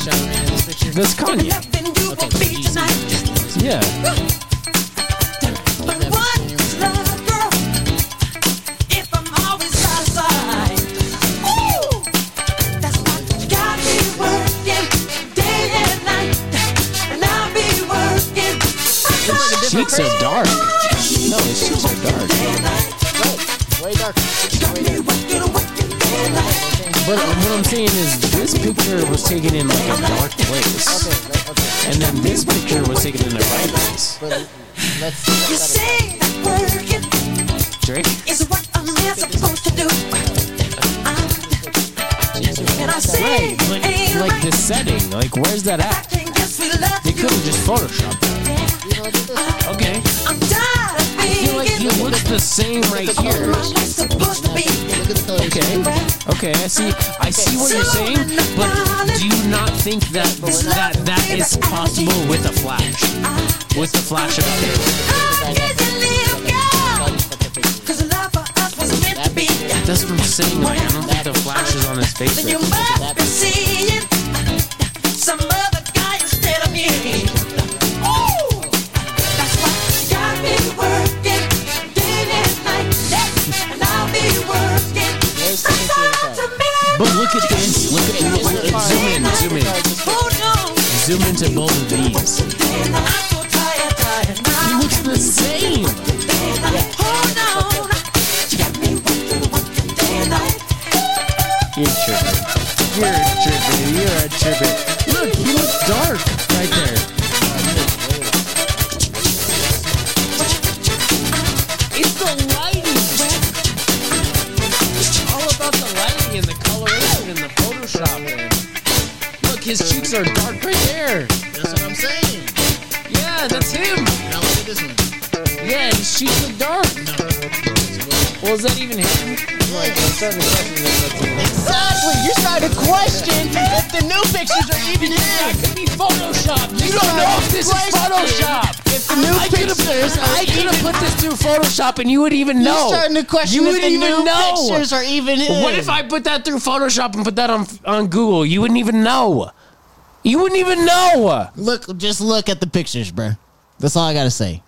S3: Shot man in this picture.
S1: That's Kanye. Yeah. Cheeks are dark. No, his cheeks are dark.
S3: Way darker.
S1: But uh, what I'm saying is, this picture was taken in like a dark place, and then this picture was taken in a bright place.
S3: Let's see.
S1: Drake, right? Like, like the setting. Like, where's that at? They could have just photoshopped that.
S3: You know, this-
S1: Okay.
S5: I'm tired of
S1: I feel like he
S5: being
S1: looks the same right here.
S5: my life's supposed to be.
S3: look at the colors.
S1: Okay. Okay, I see. I see what you're saying, but do you not think that that that is possible with a flash? With the flash of a camera? That's what I'm saying. Like I don't think the flash is on his face.
S5: You
S1: Right
S5: must be seeing some other guy instead of me. Ooh, that's why you got me working day and night. Yeah, and I'll be working from dawn to midnight.
S1: But look at this. Look at
S5: You work
S1: it. Zoom in. Zoom in.
S5: Hold on.
S1: Zoom into both of these. He looks the same. You're tripping. You're tripping. You're a tripping. Look, he looks dark right there. It's the lighting. All about the lighting and the coloration and the Photoshop. Look, his cheeks are dark right there.
S3: That's what I'm saying.
S1: Yeah, that's him.
S3: Now look at this one.
S1: Yeah, his cheeks are dark.
S3: No, this one.
S1: Well, is that even him? Like, I'm starting to question if that's him.
S3: Exactly. You're starting to question if the new pictures are even
S1: That
S3: him.
S1: could be Photoshop. You don't know if this is Photoshop.
S3: If the new
S1: I could have
S3: pictures are
S1: I could have
S3: even-
S1: put this through Photoshop and you would even know.
S3: You're starting to question
S1: You
S3: if
S1: would
S3: the
S1: even
S3: new
S1: know.
S3: pictures are even him.
S1: What if I put that through Photoshop and put that on on Google? You wouldn't even know. You wouldn't even know.
S3: look? Just look at the pictures, bro. That's all I gotta say.